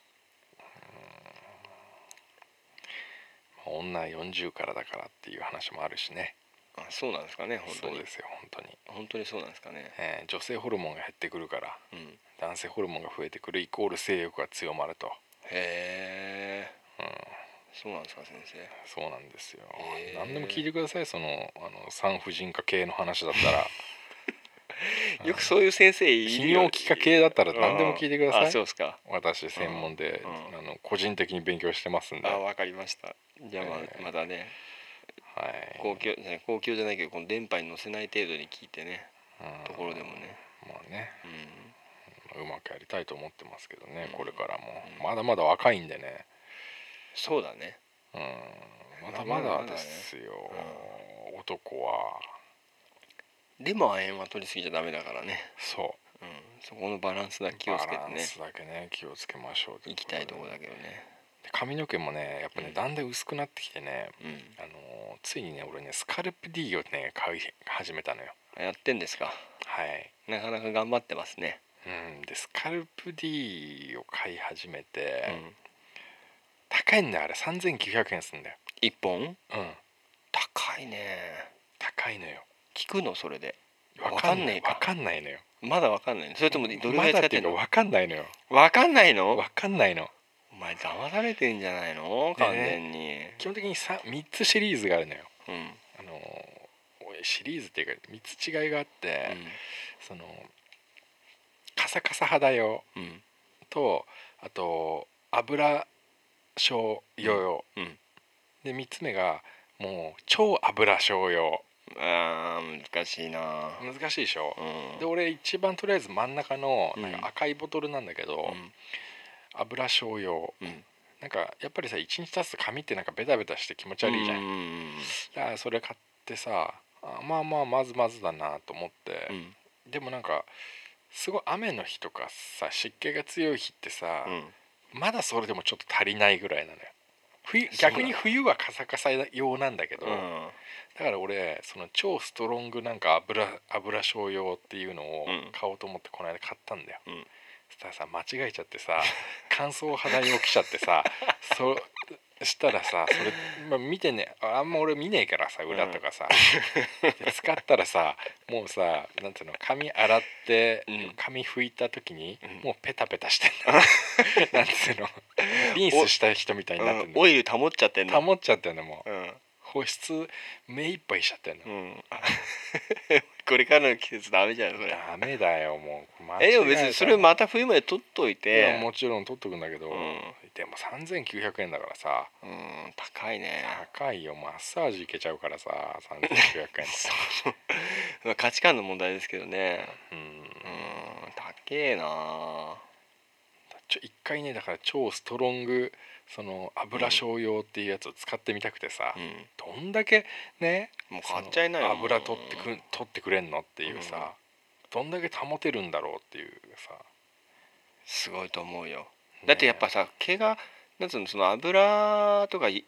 S4: 女40からだからっていう話もあるしね
S3: あそうなんですかね本当
S4: そう
S3: に
S4: ですよ本当に、
S3: 本当にそうなんですかね
S4: えー女性ホルモンが減ってくるから
S3: うんへ
S4: 男性ホルモンが増えてくるイコール性欲が強まると、
S3: え
S4: うん、
S3: そうなんですか先生
S4: そうなんですよ、
S3: へー
S4: 何でも聞いてくださいそのあの産婦人科系の話だったら
S3: よくそういう先生 い
S4: 泌
S3: るよ
S4: 尿器科系だったら何でも聞いてく
S3: う
S4: だ
S3: ん
S4: さ
S3: あ
S4: い
S3: そうですか
S4: 私専門で、
S3: うんうん
S4: あの個人的に勉強してますんで、
S3: あ
S4: は
S3: わかりましたじゃあまあ
S4: えー
S3: またね
S4: い、
S3: 公共ね公共じゃないけどこの電波に乗せない程度に聞いてね
S4: うん
S3: ところでもね
S4: まあね
S3: うん
S4: うまくやりたいと思ってますけどね、
S3: うん
S4: これからも、
S3: うん
S4: まだまだ若いんでね、
S3: そうだね
S4: うん、ま
S3: まだ
S4: だ
S3: ま
S4: ま
S3: だ
S4: だですよ、男は
S3: でも亜鉛は取りすぎちゃダメだからね
S4: そ
S3: うんそこのバランスだ
S4: う
S3: け気をつけて
S4: バラン
S3: ね
S4: スだけね気をつけましょうと
S3: 行きたいところだ
S4: で
S3: けどね
S4: 髪の毛もねやっぱね、
S3: うん
S4: だんだん薄くなってきてね
S3: うん
S4: あのーついにね俺ねスカルプ D をね買い始めたのよ
S3: やってんですか
S4: はい
S3: なかなか頑張ってますね
S4: うん、でスカルプ D を買い始めて、
S3: うん
S4: 高いんだよあれ3900円すんだよ
S3: 一本
S4: うん
S3: 高いね
S4: 高いのよ
S3: 効くのそれで
S4: わ
S3: わか
S4: かん
S3: ん
S4: な
S3: ね
S4: い
S3: えか
S4: わかんないのよ
S3: まだわかんないのそれともどれぐら
S4: ま
S3: い
S4: だ
S3: 使
S4: っ
S3: って
S4: い
S3: て
S4: うんか
S3: の
S4: わかんないのよ
S3: わかんないの
S4: わかんないの
S3: お前騙されてんじゃないの完全に、
S4: 基本的に 3, 三つシリーズがあるのよ
S3: うんうん
S4: あのーシリーズっていうか3つ違いがあって、そのカサカサ肌用
S3: うん
S4: とあと油症用用、
S3: うん
S4: で3つ目がもう超油症用
S3: あー難しいな
S4: 難しいでしょ
S3: う、ん
S4: で俺一番とりあえず真ん中の
S3: うん
S4: なんか赤いボトルなんだけど、油症用
S3: うんうん
S4: なんかやっぱりさ一日経つと髪ってなんかベタベタして気持ち悪いじゃん、
S3: うんうん
S4: だからそれ買ってさあまあまあまずまずだなと思って
S3: う、ん
S4: でもなんかすごい雨の日とかさ湿気が強い日ってさ
S3: う、ん
S4: まだそれでもちょっと足りないぐらいなのよ冬
S3: そうだね
S4: 逆に冬はカサカサ用なんだけど、
S3: うん
S4: だから俺その超ストロングなんか油油醤用っていうのを
S3: うん
S4: 買おうと思ってこの間買ったんだよ、
S3: うん
S4: そしたらさ間違えちゃってさ 乾燥肌用来ちゃっ てさそしたらさそれ、まあ、見てねああんま俺見ねえからさ裏とかさ、で使ったらさもうさなんていうの髪洗って、
S3: うん
S4: 髪拭いた時に、
S3: うん
S4: もうペタペタしてん だなんていうのリンスした人みたいになってん
S3: オ
S4: の
S3: イル保っちゃってんだ
S4: 保っちゃってんのもう
S3: うん
S4: 保湿目いっぱいしちゃってんの
S3: う。ん これからの季節ダメじゃんそれ
S4: ダメだよもう間違
S3: えで
S4: た
S3: も別にそれまた冬まで取っとい
S4: い
S3: て
S4: やもちろん取っとくんだけど、
S3: うん
S4: でも3900円だからさ
S3: うん高いね
S4: 高いよマッサージいけちゃうからさ3900円
S3: まあ価値観の問題ですけどね
S4: うん
S3: うん高えな
S4: ちょ一回ねだから超ストロングその油醤用っていうやつを使ってみたくてさ、
S3: うん
S4: どんだけね
S3: もう買っちゃいな
S4: そ
S3: よ
S4: の油取ってくん取ってくれんのっていうさ、どんだけ保てるんだろうっていうさ、
S3: すごいと思うよ
S4: ね
S3: だってやっぱさ毛がなんつうのその油とかい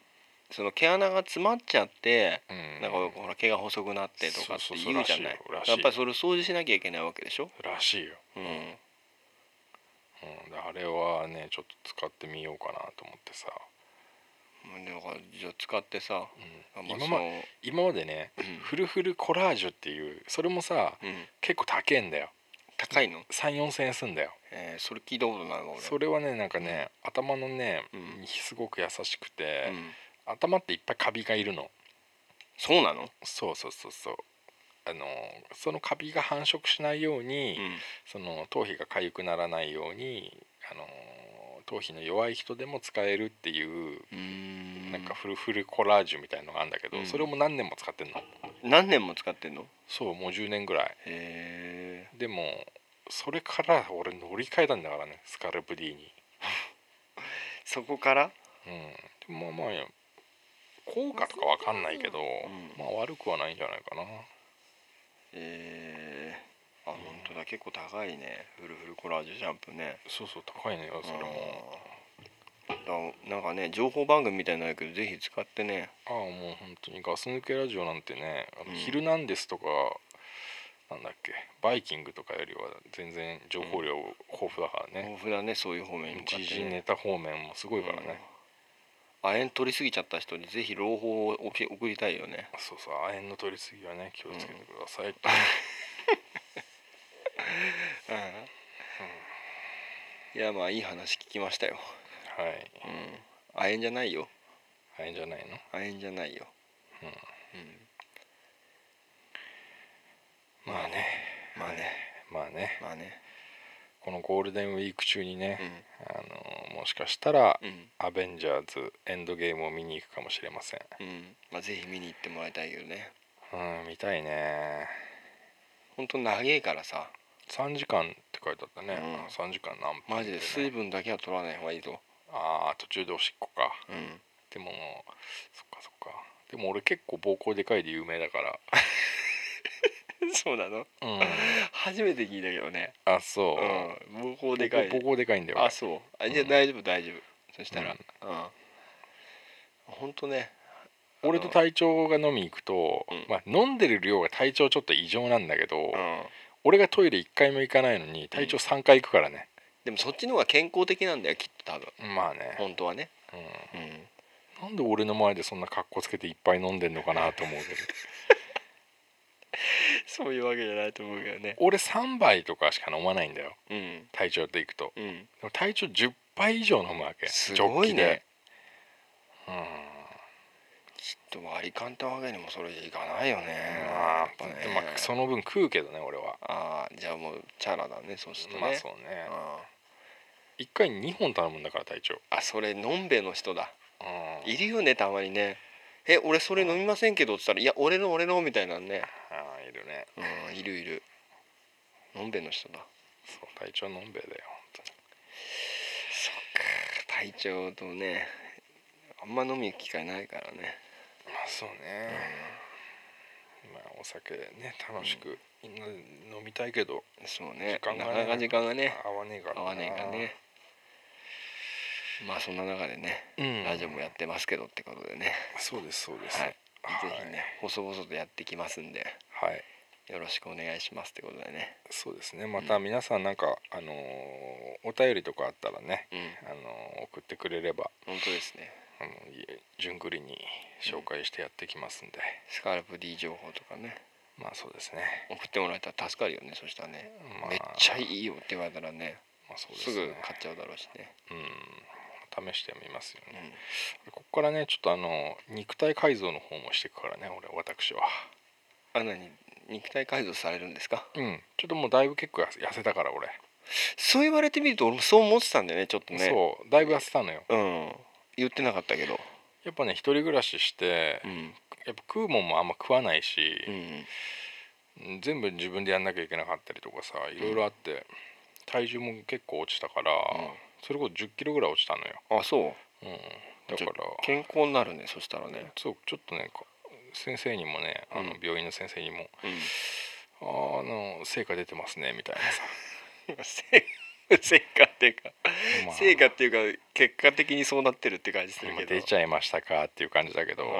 S3: その毛穴が詰まっちゃって
S4: うん
S3: なんかほら毛が細くなってとかって
S4: そうそうそう
S3: 言うじゃない
S4: らしいよらしいよ
S3: やっぱりそれ掃除しなきゃいけないわけでしょ
S4: らしいよ
S3: うん
S4: うん、であれはねちょっと使ってみようかなと思ってさ、
S3: だからじゃあ使ってさ
S4: う
S3: あ
S4: ん
S3: まあ
S4: 今
S3: その
S4: ま今までね
S3: うん
S4: フルフルコラージュっていうそれもさ
S3: うん
S4: 結構高えんだよ
S3: 高いの
S4: 34000円すんだよ
S3: えーそれ聞いたことないわ俺
S4: それはねなんかね頭のね
S3: うん
S4: にすごく優しくて
S3: う、ん
S4: 頭っていっぱいカビがいるの
S3: そうなの
S4: そうそうそうそうあのそのカビが繁殖しないように、
S3: うん
S4: その頭皮が痒くならないようにあの頭皮の弱い人でも使えるっていう
S3: うん
S4: なんかフルフルコラージュみたいのがあるんだけど、
S3: うん
S4: それも何年も使ってんの
S3: 何年も使ってんの
S4: そうもう10年ぐらい
S3: へ
S4: でもそれから俺乗り換えたんだからねスカルプ D に
S3: そこから
S4: うんでもまあまあ効果とかわかんないけど、
S3: ん
S4: まあ悪くはないんじゃないかな
S3: えー、あ本当だ結構高いねフルフルコラージュジャンプね
S4: そうそう高いのよそれも
S3: だなんかね情報番組みたいになるけどぜひ使ってね
S4: ああもう本当にガス抜けラジオなんてね「あの
S3: うん
S4: ヒルナンデス」とかなんだっけ「バイキング」とかよりは全然情報量豊富だからね
S3: 豊富だねそういう方面に向かってね
S4: 時事ネタ方面もすごいからね、
S3: 亜鉛取りすぎちゃった人にぜひ朗報をおき送りたいよね
S4: そうそう亜鉛の取りすぎはね気をつけてください、
S3: いやまあいい話聞きましたよ
S4: はい
S3: 亜鉛じゃないよ
S4: 亜鉛じゃないの
S3: 亜鉛じゃないよ
S4: まあね
S3: まあね
S4: まあね
S3: まあね
S4: このゴールデンウィーク中に
S3: うん
S4: ね、あのもしかしたら、
S3: うん
S4: アベンジャーズエンドゲームを見に行くかもしれません
S3: うんまあぜひ見に行ってもらいたいけどね
S4: うん見たいね
S3: ほんと長えからさ
S4: 3時間って書いてあったね、
S3: うん
S4: 3時間何分ってね、
S3: マジで水分だけは取らない方がいいぞ
S4: ああ途中でおしっこか
S3: うん
S4: でもそっかそっかでも俺結構膀胱でかいで有名だから
S3: そうなの
S4: うん
S3: 初めて聞いたけどね
S4: あそうう、
S3: ん膀胱でかい
S4: 膀胱でかいんだよ
S3: あそうあじゃあ
S4: うん
S3: 大丈夫大丈夫そしたら
S4: う
S3: うんほんとね
S4: 俺と体調が飲みに行くと、
S3: うん
S4: まあ、飲んでる量が体調ちょっと異常なんだけど、
S3: うん
S4: 俺がトイレ1回も行かないのに体調3回行くからね、
S3: でもそっちの方が健康的なんだよきっと多分
S4: まあね、
S3: 本当はね
S4: う
S3: うん
S4: ん、なんで俺の前でそんな格好つけていっぱい飲んでんのかなと思うけど
S3: そういうわけじゃないと思うけどね
S4: 俺3杯とかしか飲まないんだよ
S3: うん
S4: 体調で行くと
S3: うん
S4: でも体調10杯以上飲むわけ
S3: すごいね
S4: ジョッキでうん
S3: でも割り勘ってわけにもそれじゃいかないよね
S4: まあ
S3: やっぱね
S4: まあその分食うけどね俺は、
S3: ああじゃあもうチャラだねそしてね、
S4: まあそうね
S3: あ
S4: 1回に2本頼むんだから体調
S3: あそれのんべえの人だ
S4: うん
S3: いるよねたまにねえ俺それ飲みませんけどって言ったら「いや俺の俺の」みたいなんね
S4: ああいるね
S3: うんいるいるのんべえの人だ
S4: そう体調のんべえだよ本
S3: 体調とねあんま飲み行く機会ないからね
S4: 当にまあそうね、まあお酒ね楽しく、みんなで飲みたいけど
S3: そうね
S4: 時間が
S3: な
S4: ね
S3: かなか時間がね
S4: 合わねえからな
S3: 合わねえかねまあそんな中でね、
S4: うん
S3: ラジオもやってますけどってことでね、
S4: そうですそうです
S3: はい、
S4: はい
S3: ぜひね細々とやってきますんで
S4: はい
S3: よろしくお願いしますってことでね
S4: そうですねまた皆さんなんか、あのーお便りとかあったらね、
S3: うん
S4: あのー送ってくれれば
S3: 本当ですね
S4: あのい順繰りに紹介してやってきますんで、
S3: スカルプ D 情報とかね
S4: まあそうですね
S3: 送ってもらえたら助かるよねそしたらね、
S4: まあ
S3: めっちゃいいよって言われたらね
S4: まあそうです
S3: す
S4: ね
S3: ぐ買っちゃうだろうしね
S4: うん試してみますよね、ここからねちょっとあの肉体改造の方もしていくからね俺私は
S3: あ何肉体改造されるんですか
S4: うんちょっともうだいぶ結構痩せ痩せたから俺、
S3: そう言われてみると俺もそう思ってたんだよねちょっとね
S4: そうだいぶ痩せたのよ
S3: うん言ってなかったけど
S4: やっぱね一人暮らしして、
S3: うん
S4: やっぱ食うもんもあんま食わないし、
S3: うん
S4: 全部自分でやんなきゃいけなかったりとかさいろいろあって、体重も結構落ちたから、
S3: うん
S4: それこそ1 0キロぐらい落ちたのよ、
S3: あそう
S4: うん、だか
S3: じゃあ
S4: ら
S3: 健康になるねそしたらね
S4: そうちょっとねこ先生にもねあの
S3: うん
S4: 病院の先生にも
S3: うん
S4: 「あーあの成果出てますね」みたい なさ、
S3: 成成果っていうか、
S4: まあ
S3: 成果っていうか結果的にそうなってるって感じする
S4: まあ
S3: けど
S4: 出ちゃいましたかっていう感じだけど、
S3: う
S4: うんん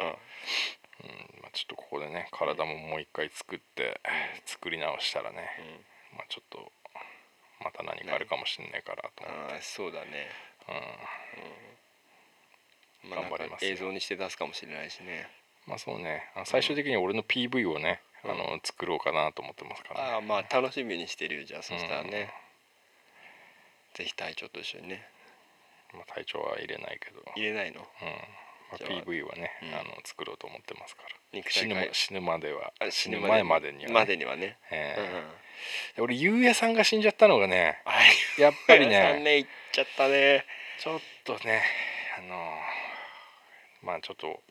S4: まあ、ちょっとここでね体ももう一回作って作り直したらね、
S3: うん
S4: まあ、ちょっとまた何かあるかもしれないからと思って、
S3: ああそうだね、
S4: うん、
S3: まあ、なん
S4: 頑張
S3: か
S4: りますよ
S3: 映像にして出すかもしれないしね
S4: まあそうねあの最終的に俺の PV をね、
S3: うん
S4: あの作ろうかなと思ってますからね、
S3: ああまあ楽しみにしてるよじゃあそしたらね、ぜひ隊長と一緒にね
S4: まあ、体調は入れないけど、
S3: 入れないのじゃ
S4: う
S3: あ
S4: んまあ、PV はね、
S3: うん
S4: あの作ろうと思ってますから
S3: 肉
S4: 死
S3: 体
S4: ぬま
S3: 改
S4: 死ぬまでは
S3: あ
S4: 死ぬ前までには、ね
S3: までにはね、
S4: え
S3: うん
S4: えで俺ゆうやさんが死んじゃったのがね
S3: あれ
S4: やっぱり
S3: 皆さん
S4: ね
S3: ね行っちゃったね
S4: ちょっとねあのーまあちょっと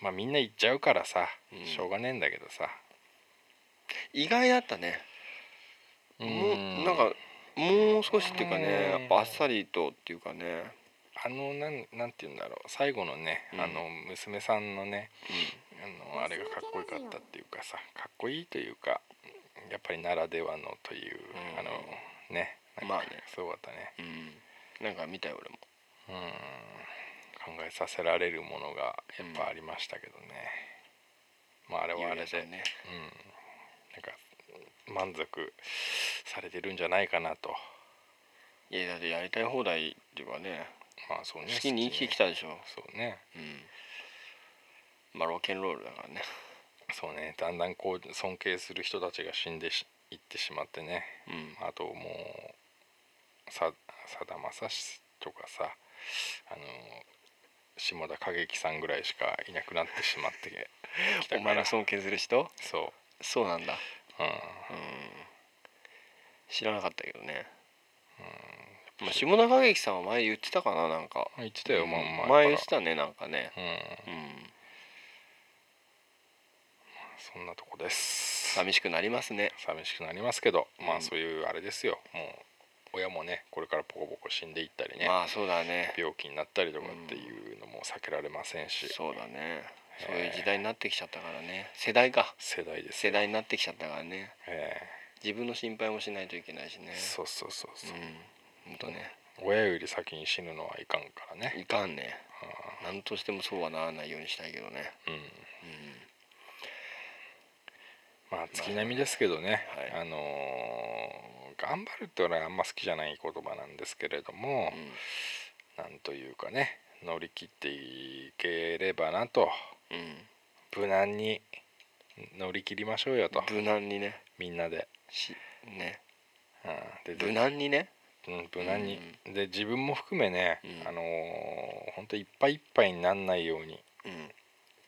S4: まあみんな行っちゃうからさ、
S3: うん
S4: しょうがねえんだけどさ、
S3: 意外だったね
S4: うん
S3: もうなんかもう少しっていうかねやっぱあっさりとっていうかね
S4: あのなんなんて言うんだろう最後のね、
S3: うん
S4: あの娘さんのねあのあれがかっこよかったっていうかさかっこいいというかやっぱりならではのという、
S3: うん
S4: あのねなんか
S3: まあね
S4: すごかったね
S3: うん、うん、なんか見たよ俺も
S4: うん考えさせられるものがやっぱありましたけどね、まああれはあれ
S3: ゆうやさ
S4: で、
S3: んね
S4: うん、なんか満足されてるんじゃないかなと
S3: いやだってやりたい放題っていうかね
S4: まあそう
S3: 好
S4: ね
S3: きに生きてきたでしょ
S4: そうね
S3: うんまあロケンロールだからね
S4: そうねだんだんこう尊敬する人たちが死んでしいってしまってね
S3: うん
S4: あともうささだまさしとかさあの下田景樹さんぐらいしかいなくなってしま ってきた
S3: お
S4: か
S3: 前
S4: ら
S3: の
S4: そう
S3: 尊敬する人そうなんだ
S4: うん、
S3: うん知らなかったけどねまあ下田景樹さんは前言ってたかななんか
S4: 言ってたよ、まあ
S3: 前
S4: 前から
S3: 言ってたねなんかね
S4: うん
S3: うん
S4: そんなとこです
S3: 寂しくなりますね
S4: 寂しくなりますけどま
S3: う
S4: あ
S3: ん
S4: そういうあれですよもう親もねこれからポコポコ死んでいったりね、
S3: まあそうだね
S4: 病気になったりとかっていうのも避けられませんし、
S3: そうだね
S4: え
S3: そういう時代になってきちゃったからね世代か
S4: 世代です
S3: 世
S4: よ、
S3: 代になってきちゃったからね
S4: え
S3: 自分の心配もしないといけないし
S4: え
S3: ね
S4: そうそうそうそうう、
S3: んほんとね
S4: 親より先に死ぬのはいかんからね
S3: いかんね何としてもそうはならないようにしたいけどね
S4: うんまあ月並みですけどね、
S3: はい
S4: あのー頑張るって俺はあんま好きじゃない言葉なんですけれども
S3: う、ん
S4: なんというかね乗り切っていければなと
S3: うん
S4: 無難に乗り切りましょうよと
S3: 無難にね
S4: みんなで,、
S3: しね
S4: うん、で
S3: 無難にね
S4: うん、無難に、で自分も含めね、
S3: うん
S4: あのー、本当いっぱいいっぱいになんないように
S3: うん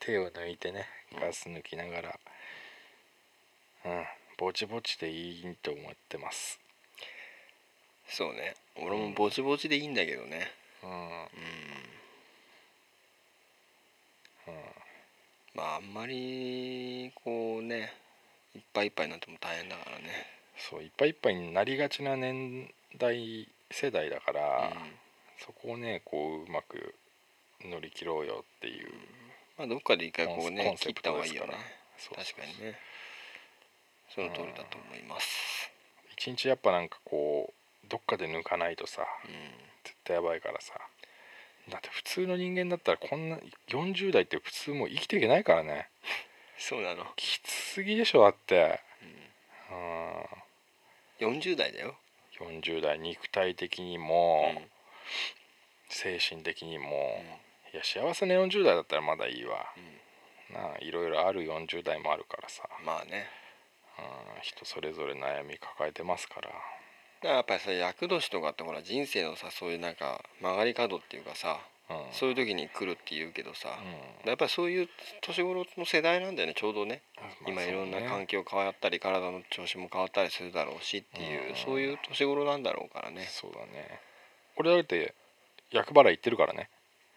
S4: 手を抜いてね
S3: うん
S4: ガス抜きながらうんぼちぼちでいいと思ってます
S3: そうね俺もぼちぼちでいいんだけどね
S4: うん
S3: まああんまりこうねいっぱいいっぱいになっても大変だからね
S4: そういっぱいいっぱいになりがちな年代世代だか
S3: う
S4: ら、
S3: ん
S4: そこをねこううまく乗り切ろうよっていう
S3: まあどっかで一回こう
S4: コ
S3: ね
S4: ンセ
S3: 切っ
S4: プ
S3: た
S4: ト
S3: 方
S4: で
S3: がい
S4: す
S3: い
S4: か
S3: よ
S4: ら
S3: ね
S4: そうそう
S3: 確かにねその通りだと思います
S4: 一日やっぱなんかこうどっかで抜かないとさ
S3: うん
S4: 絶対やばいからさだって普通の人間だったらこんな40代って普通もう生きていけないからね
S3: そうなの
S4: きつすぎでしょだってうん
S3: 40代だよ
S4: 40代肉体的にも、精神的にも、いや幸せな40代だったらまだいいわ、なあいろいろある40代もあるからさ、
S3: まあね
S4: うん、人それぞれ悩み抱えてますから
S3: だからやっぱりさ厄年とかってほら人生のさそういうなんか曲がり角っていうかさ
S4: うん
S3: そういう時に来るっていうけどさ、
S4: うん
S3: やっぱりそういう年頃の世代なんだよねちょうどね
S4: まあ
S3: 今いろんな
S4: そう
S3: 環
S4: ね
S3: 境変わったり体の調子も変わったりするだろうしっていう、
S4: うん
S3: そういう年頃なんだろうからね
S4: そうだね俺だって役払い行ってるからね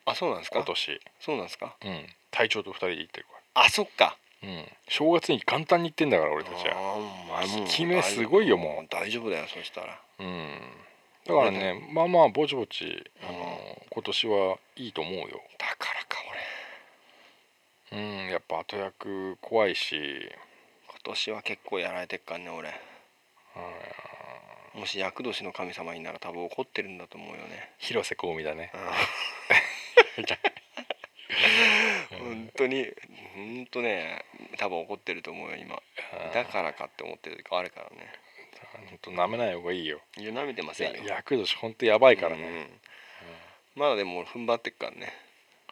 S3: あそうなんです
S4: 今
S3: か
S4: 年、
S3: そうなんですか
S4: うん、隊長と2人で行ってるか、
S3: あそっから
S4: うん、正月に元旦に行ってんだから俺たちは、
S3: あーお前もう
S4: 効き目すごいよもう
S3: 大丈夫だよそしたら
S4: うん、だからねまあまあぼちぼち、あ
S3: うん
S4: の今年はいいと思うよ
S3: だからか俺
S4: うんやっぱ後役怖いし
S3: 今年は結構やられてっからね俺もし厄年の神様になら多分怒ってるんだと思うよね
S4: 広瀬香美だね
S3: 本当に本当ね多分怒ってると思うよ今だからかって思ってる時あるからね
S4: 本当舐めない方がいいよ
S3: いや舐めてませんよ
S4: 役年ほんとやばいから
S3: うん
S4: ね、
S3: まだでも俺踏ん張ってっからね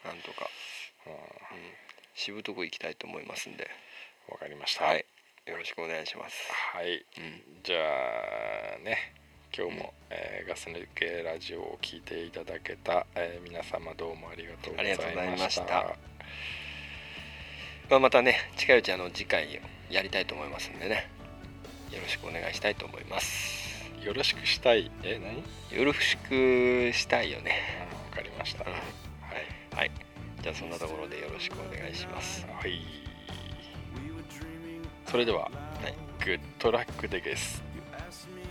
S3: なんとか、うんしぶとく行きたいと思いますんで
S4: わ、かりました
S3: はいよろしくお願いします
S4: はい
S3: うん
S4: じゃあね今日も、えーガス抜けラジオを聞いていただけた、えー皆様どうもありがとうご
S3: あ
S4: ざ
S3: りがとう
S4: い
S3: ござい
S4: ま
S3: ま
S4: し
S3: したたまあ、またね近いうちあの次回をやりたいと思いますんでねよろしくお願いしたいと思います
S4: よろしくしたいえ何
S3: よろしくしたいよね
S4: あわかりました、
S3: うん
S4: はい
S3: はいじゃあそんなところでよろしくお願いします
S4: はい。それでは、
S3: い
S4: グッドラックでゲス。
S6: You asked me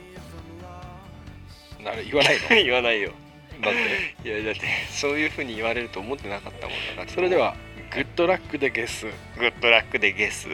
S4: なる言わないの
S3: 言わないよ
S4: なんで
S3: いやだってそういうふうに言われると思ってなかったもんなだって
S4: それではグッドラックでゲス
S3: グッドラックでゲス